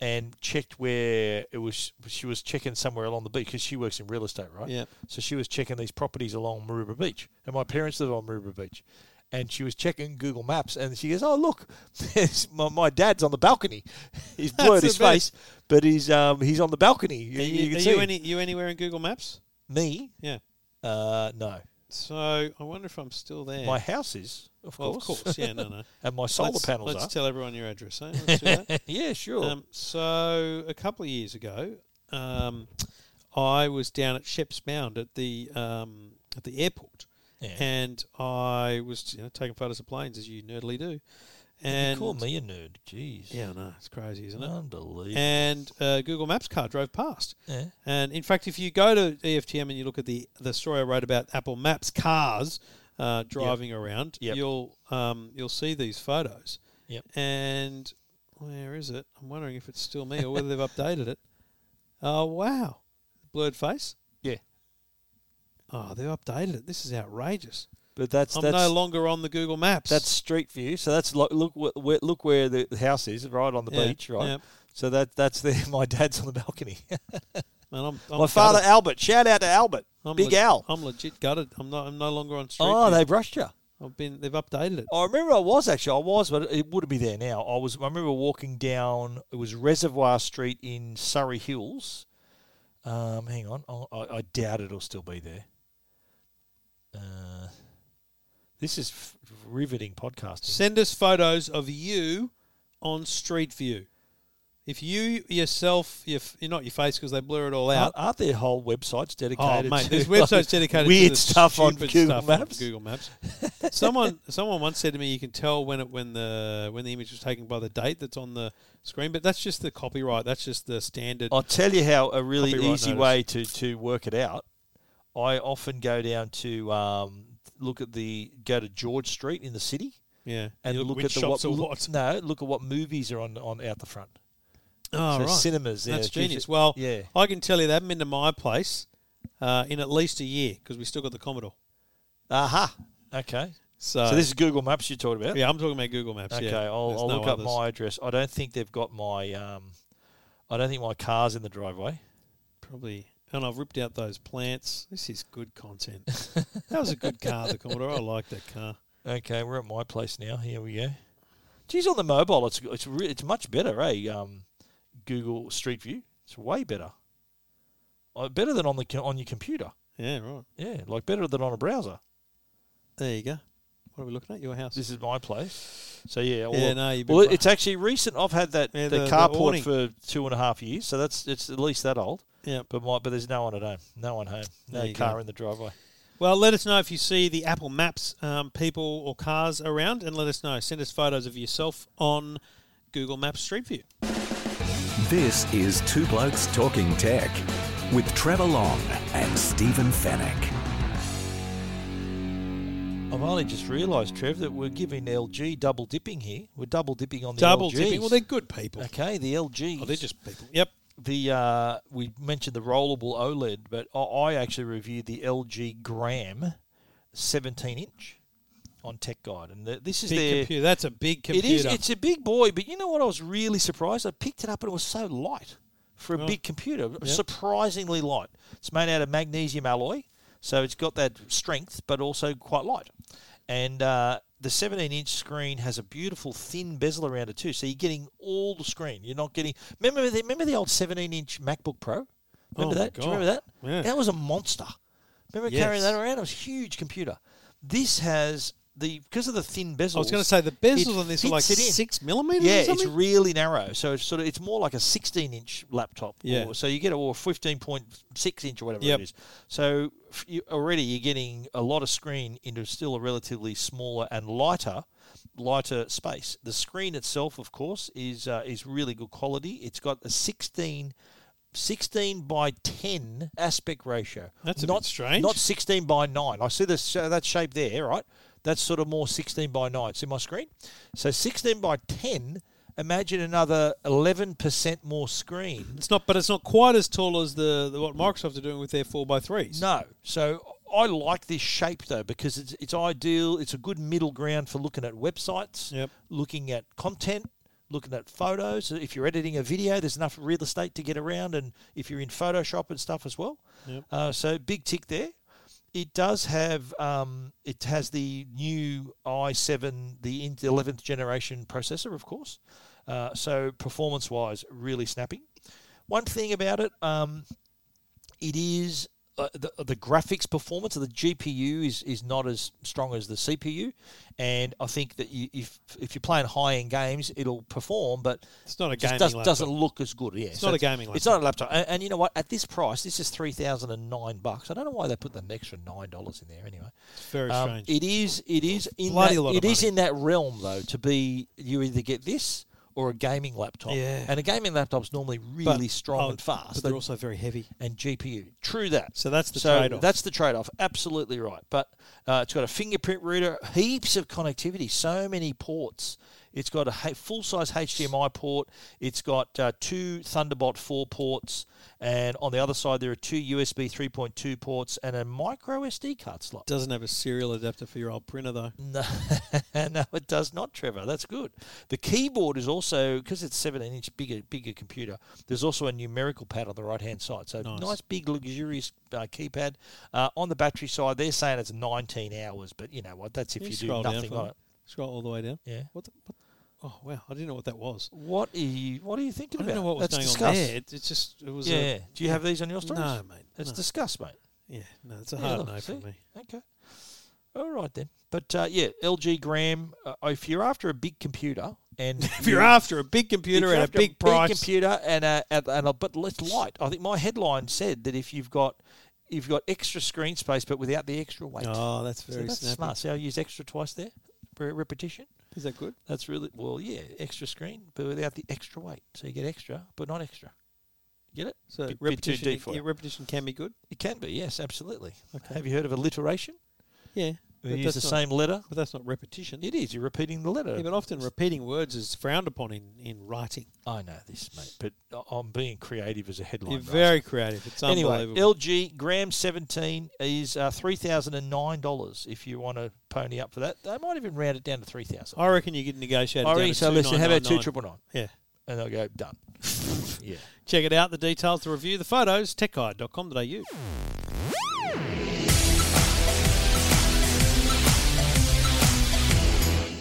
Speaker 2: and checked where it was. She was checking somewhere along the beach because she works in real estate, right?
Speaker 1: Yeah.
Speaker 2: So she was checking these properties along Maroubra Beach, and my parents live on Maroubra Beach. And she was checking Google Maps, and she goes, "Oh look, there's my, my dad's on the balcony. He's blurred
Speaker 1: the
Speaker 2: his face, but he's um he's on the balcony. You,
Speaker 1: Are
Speaker 2: you
Speaker 1: you,
Speaker 2: can
Speaker 1: are
Speaker 2: see
Speaker 1: you
Speaker 2: him.
Speaker 1: any? You anywhere in Google Maps?
Speaker 2: me?
Speaker 1: Yeah.
Speaker 2: Uh, no,
Speaker 1: So I wonder if I'm still there.
Speaker 2: my house is of
Speaker 1: well,
Speaker 2: course,
Speaker 1: of course. Yeah. No. No.
Speaker 2: and my solar
Speaker 1: let's,
Speaker 2: panels
Speaker 1: Let's
Speaker 2: are.
Speaker 1: tell everyone your address. Eh? Let's do that.
Speaker 2: yeah, sure.
Speaker 1: Um, so a couple of years ago, um, I was down at Shepherd's Mound at the um, at the airport,
Speaker 2: Yeah.
Speaker 1: and I was you know, taking photos of planes as you nerdily do. And
Speaker 2: you call me a nerd. Jeez.
Speaker 1: yeah, I know it's crazy, isn't it?
Speaker 2: Oh, Unbelievable.
Speaker 1: And uh, Google Maps car drove past.
Speaker 2: yeah.
Speaker 1: And in fact, if you go to E EFTM and you look at the the story I wrote about Apple Maps cars uh, driving around,
Speaker 2: Yep.
Speaker 1: you'll um, you'll see these photos.
Speaker 2: Yep.
Speaker 1: And where is it? I'm wondering if it's still me or whether they've updated it. Oh wow, blurred face.
Speaker 2: Yeah.
Speaker 1: Oh, they've updated it. This is outrageous.
Speaker 2: But that's
Speaker 1: I'm
Speaker 2: that's
Speaker 1: no longer on the Google Maps.
Speaker 2: that's street view. So that's lo- look wh- where, look where the house is, right on the
Speaker 1: Yeah,
Speaker 2: beach, right.
Speaker 1: yeah.
Speaker 2: So that that's there. My dad's on the balcony.
Speaker 1: Man, I'm, I'm
Speaker 2: my father
Speaker 1: gutted.
Speaker 2: Albert. Shout out to Albert.
Speaker 1: I'm
Speaker 2: Big
Speaker 1: le-
Speaker 2: Al.
Speaker 1: I'm legit gutted. I'm not. I'm no longer on Street
Speaker 2: oh,
Speaker 1: View.
Speaker 2: they brushed you.
Speaker 1: I've been. They've updated it.
Speaker 2: I remember I was actually I was, but it wouldn't be there now. I was. I remember walking down. It was Reservoir Street in Surrey Hills. Um, hang on, I'll- I, I doubt it'll still be there. Uh, this is f- riveting podcasting.
Speaker 1: Send us photos of you on Street View. If you yourself, your, f- not your face because they blur it all out.
Speaker 2: Aren't, aren't there whole websites
Speaker 1: Oh
Speaker 2: dedicated?
Speaker 1: mate,
Speaker 2: to,
Speaker 1: there's
Speaker 2: like,
Speaker 1: websites dedicated
Speaker 2: weird
Speaker 1: to the
Speaker 2: stuff on
Speaker 1: stupid
Speaker 2: Google
Speaker 1: stuff
Speaker 2: Maps.
Speaker 1: Google Maps. someone someone once said to me, you can tell when it when the when the image was taken by the date that's on the screen, but that's just the copyright. That's just the standard.
Speaker 2: I'll tell you how a really
Speaker 1: Copyright
Speaker 2: easy
Speaker 1: notice.
Speaker 2: way to, to work it out. I often go down to um, look at the go to George Street in the city
Speaker 1: yeah,
Speaker 2: and
Speaker 1: You
Speaker 2: look,
Speaker 1: which
Speaker 2: at the
Speaker 1: shops
Speaker 2: what,
Speaker 1: or
Speaker 2: look-
Speaker 1: what.
Speaker 2: no look at what movies are on, on out the front.
Speaker 1: Oh,
Speaker 2: so
Speaker 1: right.
Speaker 2: cinemas. yeah,
Speaker 1: That's
Speaker 2: geez,
Speaker 1: genius. Well,
Speaker 2: yeah.
Speaker 1: I can tell you they haven't been to my place uh, in at least a year because we still got the Commodore.
Speaker 2: Aha. Okay.
Speaker 1: So,
Speaker 2: so this is Google Maps you're talking
Speaker 1: uh,
Speaker 2: about.
Speaker 1: yeah, I'm talking about Google Maps.
Speaker 2: Okay.
Speaker 1: yeah.
Speaker 2: I'll,
Speaker 1: There's
Speaker 2: I'll
Speaker 1: no
Speaker 2: look up
Speaker 1: others.
Speaker 2: my address. I don't think they've got my. Um, I don't think my car's in the driveway.
Speaker 1: Probably. And I've ripped out those plants. This is good content. that was a good car, the Commodore. I like that car.
Speaker 2: Okay, we're at my place now. Here we go. Geez, on the mobile, it's it's re- it's much better, eh? Um, Google Street View, it's way better. Uh, better than on the co- on your computer.
Speaker 1: Yeah, right.
Speaker 2: Yeah, like better than on a browser.
Speaker 1: There you go. What are we looking at? Your house.
Speaker 2: This is my place. So yeah, well,
Speaker 1: yeah, no, you've been
Speaker 2: well,
Speaker 1: bra-
Speaker 2: it's actually recent. I've had that
Speaker 1: Yeah,
Speaker 2: the,
Speaker 1: the- the awning.
Speaker 2: carport for two and a half years, so that's it's at least that old.
Speaker 1: yeah.
Speaker 2: But my, but there's no one at home. No one home.
Speaker 1: There
Speaker 2: No
Speaker 1: you
Speaker 2: car
Speaker 1: go.
Speaker 2: in the driveway.
Speaker 1: Well, let us know if you see the Apple Maps um, people or cars around, and let us know. Send us photos of yourself on Google Maps Street View.
Speaker 3: This is Two Blokes Talking Tech with Trevor Long and Stephen Fennec.
Speaker 2: I've only just realised, Trev, that we're giving LG double dipping here. We're double dipping on the
Speaker 1: Double
Speaker 2: LGs.
Speaker 1: dipping. Well, they're good people.
Speaker 2: oh, Okay, the LG.
Speaker 1: Oh, they're just people. Yep.
Speaker 2: the uh, we mentioned the rollable OLED, but I- I actually reviewed the LG Gram 17 inch on Tech Guide, and the, this is
Speaker 1: Big
Speaker 2: their.
Speaker 1: computer. That's a big
Speaker 2: It
Speaker 1: computer.
Speaker 2: is. It's a big boy, but you know what? I was really surprised. I picked it up, and it was so light for a
Speaker 1: Oh.
Speaker 2: big computer. Surprisingly light. It's made out of magnesium alloy, so it's got that strength, but also quite light. And uh, the 17-inch screen has a beautiful thin bezel around it too, so you're getting all the screen. You're not getting. Remember the remember the old 17-inch MacBook Pro. Remember
Speaker 1: Oh, my
Speaker 2: that? Do you remember
Speaker 1: God.
Speaker 2: that?
Speaker 1: Yeah.
Speaker 2: That was a monster. Remember carrying
Speaker 1: Yes.
Speaker 2: that around? It was a huge computer. This has the because of the thin bezel.
Speaker 1: I was going to say the bezels
Speaker 2: It
Speaker 1: on this are like
Speaker 2: fits it in.
Speaker 1: six millimeters.
Speaker 2: Yeah,
Speaker 1: or
Speaker 2: it's
Speaker 1: something?
Speaker 2: really narrow. So it's sort of it's more like a 16 inch laptop.
Speaker 1: Yeah.
Speaker 2: Or, so you get a or 15.6 inch or whatever
Speaker 1: Yep.
Speaker 2: it is. So f- you, already you're getting a lot of screen into still a relatively smaller and lighter lighter space. The screen itself, of course, is uh, is really good quality. It's got a 16 16 by 10 aspect ratio.
Speaker 1: That's a
Speaker 2: not
Speaker 1: bit strange.
Speaker 2: Not 16 by 9. I see this, uh, that shape there, right? That's sort of more 16 by 9. See my screen? So 16 by 10, imagine another 11% more screen.
Speaker 1: It's not, but it's not quite as tall as the, the what Microsoft are doing with their four x threes.
Speaker 2: No. So I like this shape though because it's, it's ideal. It's a good middle ground for looking at websites,
Speaker 1: Yep.
Speaker 2: looking at content, looking at photos. If you're editing a video, there's enough real estate to get around, and if you're in Photoshop and stuff as well. Uh, so big tick there. It does have um, it has the new i7, the in- 11th generation processor, of course. Uh, so performance wise, really snappy. One thing about it, um, it is uh, the, the graphics performance of the GPU is, is not as strong as the CPU, and I think that you, if if you're playing high end games, it'll perform, but
Speaker 1: It's not a
Speaker 2: it just
Speaker 1: gaming
Speaker 2: does,
Speaker 1: laptop.
Speaker 2: doesn't look as good. Yeah, it's
Speaker 1: not a gaming
Speaker 2: It's not a laptop, and, and you know what? At this price, this is three thousand and nine bucks. I don't know why they put an extra nine dollars in there anyway.
Speaker 1: It's very
Speaker 2: Um,
Speaker 1: strange.
Speaker 2: it is. It is in.
Speaker 1: Bloody
Speaker 2: that,
Speaker 1: lot of
Speaker 2: it is
Speaker 1: money.
Speaker 2: in that realm though. To be, you either get this or a gaming laptop.
Speaker 1: Yeah.
Speaker 2: And a gaming laptop's normally
Speaker 1: But-
Speaker 2: really strong
Speaker 1: oh,
Speaker 2: and fast.
Speaker 1: But they're also very heavy.
Speaker 2: and GPU. True that.
Speaker 1: So that's the trade-off.
Speaker 2: That's the trade-off. Absolutely right. But uh, it's got a fingerprint reader, heaps of connectivity, so many ports. It's got a ha- full-size HDMI port. It's got uh, two Thunderbolt 4 ports, and on the other side there are two USB 3.2 ports and a micro SD card slot.
Speaker 1: Doesn't have a serial adapter for your old printer though.
Speaker 2: No, no, it does not, Trevor. That's good. The keyboard is also because it's seventeen-inch bigger, bigger computer. There's also a numerical pad on the right-hand side, so nice, big, luxurious uh, keypad. Uh, on the battery side, they're saying it's 19 hours, but you know what? That's if
Speaker 1: Can
Speaker 2: you,
Speaker 1: you
Speaker 2: do
Speaker 1: scroll down
Speaker 2: nothing
Speaker 1: for
Speaker 2: on
Speaker 1: me?
Speaker 2: it.
Speaker 1: Scroll all the way down.
Speaker 2: Yeah.
Speaker 1: What? The, what? Oh wow! I didn't know what that was.
Speaker 2: What are you? What are you
Speaker 1: I
Speaker 2: thinking
Speaker 1: don't
Speaker 2: about?
Speaker 1: know what was
Speaker 2: Let's
Speaker 1: going
Speaker 2: discuss.
Speaker 1: on there. It, it's just it was.
Speaker 2: Yeah,
Speaker 1: A,
Speaker 2: Do you have these on your stories?
Speaker 1: No, mate.
Speaker 2: Let's
Speaker 1: no.
Speaker 2: discuss, mate.
Speaker 1: yeah, no, it's a
Speaker 2: Yeah,
Speaker 1: hard
Speaker 2: look,
Speaker 1: no for
Speaker 2: see?
Speaker 1: me.
Speaker 2: Okay. oh, All right then. But uh, yeah, LG Gram. Uh, if you're after a big computer, And
Speaker 1: If you're after a big computer
Speaker 2: if you
Speaker 1: and a
Speaker 2: have to
Speaker 1: big price,
Speaker 2: computer and a, and and a but less light. I think my headline said that if you've got you've got extra screen space but without the extra weight.
Speaker 1: oh, that's
Speaker 2: So
Speaker 1: very
Speaker 2: that's
Speaker 1: snappy.
Speaker 2: smart. See, I use extra twice there for repetition.
Speaker 1: Is that good?
Speaker 2: That's really well, yeah, extra screen but without the extra weight. So you get extra but not extra. Get it?
Speaker 1: So
Speaker 2: Bit- bit too
Speaker 1: repetition,
Speaker 2: deep for
Speaker 1: yeah,
Speaker 2: it.
Speaker 1: repetition can be good.
Speaker 2: It can be, yes, absolutely.
Speaker 1: Okay.
Speaker 2: Have you heard of alliteration?
Speaker 1: Yeah,
Speaker 2: You
Speaker 1: but
Speaker 2: use
Speaker 1: that's
Speaker 2: the
Speaker 1: not,
Speaker 2: same letter.
Speaker 1: But that's not repetition.
Speaker 2: It is. You're repeating the letter.
Speaker 1: Yeah, but often repeating words is frowned upon in, in writing.
Speaker 2: I know this, mate, but I- I'm being creative as a headline.
Speaker 1: You're
Speaker 2: writer.
Speaker 1: very creative. It's
Speaker 2: Anyway,
Speaker 1: unbelievable.
Speaker 2: LG Gram 17 is uh, $3,009 if you want to pony up for that. They might even round it down to 3000
Speaker 1: I reckon you get negotiated.
Speaker 2: I
Speaker 1: down
Speaker 2: reckon
Speaker 1: to
Speaker 2: so. Listen, how about
Speaker 1: 2999. Yeah.
Speaker 2: 2999? And they'll go, done. yeah.
Speaker 1: Check it out. The details, the review, the photos, techguide.com.au.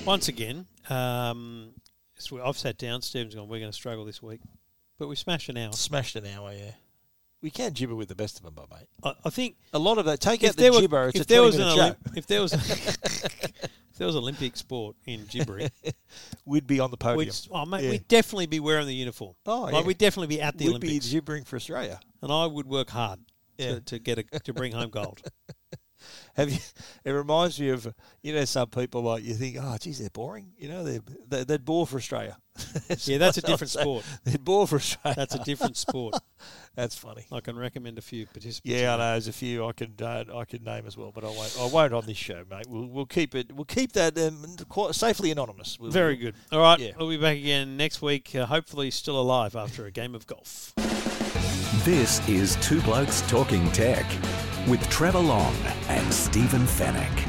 Speaker 1: Once again, um, so I've sat down. Stephen's gone, we're going to struggle this week. But we smash an hour.
Speaker 2: Smashed an hour, yeah. We can gibber with the best of them, but mate.
Speaker 1: I, I think
Speaker 2: A lot of that. Take
Speaker 1: if
Speaker 2: out the
Speaker 1: there, were,
Speaker 2: gibber. It's
Speaker 1: if
Speaker 2: a
Speaker 1: there
Speaker 2: 20
Speaker 1: was an
Speaker 2: minute
Speaker 1: Olymp-
Speaker 2: show.
Speaker 1: if there was a, if there was Olympic sport in gibbering,
Speaker 2: We'd be on the podium.
Speaker 1: we'd, s- oh, mate,
Speaker 2: Yeah.
Speaker 1: we'd definitely be wearing the uniform.
Speaker 2: Oh,
Speaker 1: like,
Speaker 2: yeah.
Speaker 1: we'd definitely be at the
Speaker 2: We'd be
Speaker 1: Olympics,
Speaker 2: gibbering for Australia.
Speaker 1: and I would work hard
Speaker 2: Yeah.
Speaker 1: to, to get a, to bring home gold.
Speaker 2: Have you? It reminds me of you know some people like you think oh geez they're boring you know they're, they they'd bore for Australia.
Speaker 1: Yeah, that's a
Speaker 2: what I'll
Speaker 1: different
Speaker 2: say.
Speaker 1: sport.
Speaker 2: They'd bore for Australia.
Speaker 1: That's a different sport.
Speaker 2: That's funny.
Speaker 1: I can recommend a few participants.
Speaker 2: Yeah, I know. There's a few I could uh, I could name as well, but I won't. I won't on this show, mate. We'll we'll keep it. We'll keep that um, quite safely anonymous. We'll,
Speaker 1: Very good. All right,
Speaker 2: Yeah.
Speaker 1: we'll be back again next week. Uh, hopefully, still alive after a game of golf.
Speaker 3: This is Two Blokes Talking Tech with Trevor Long and Stephen Fennec.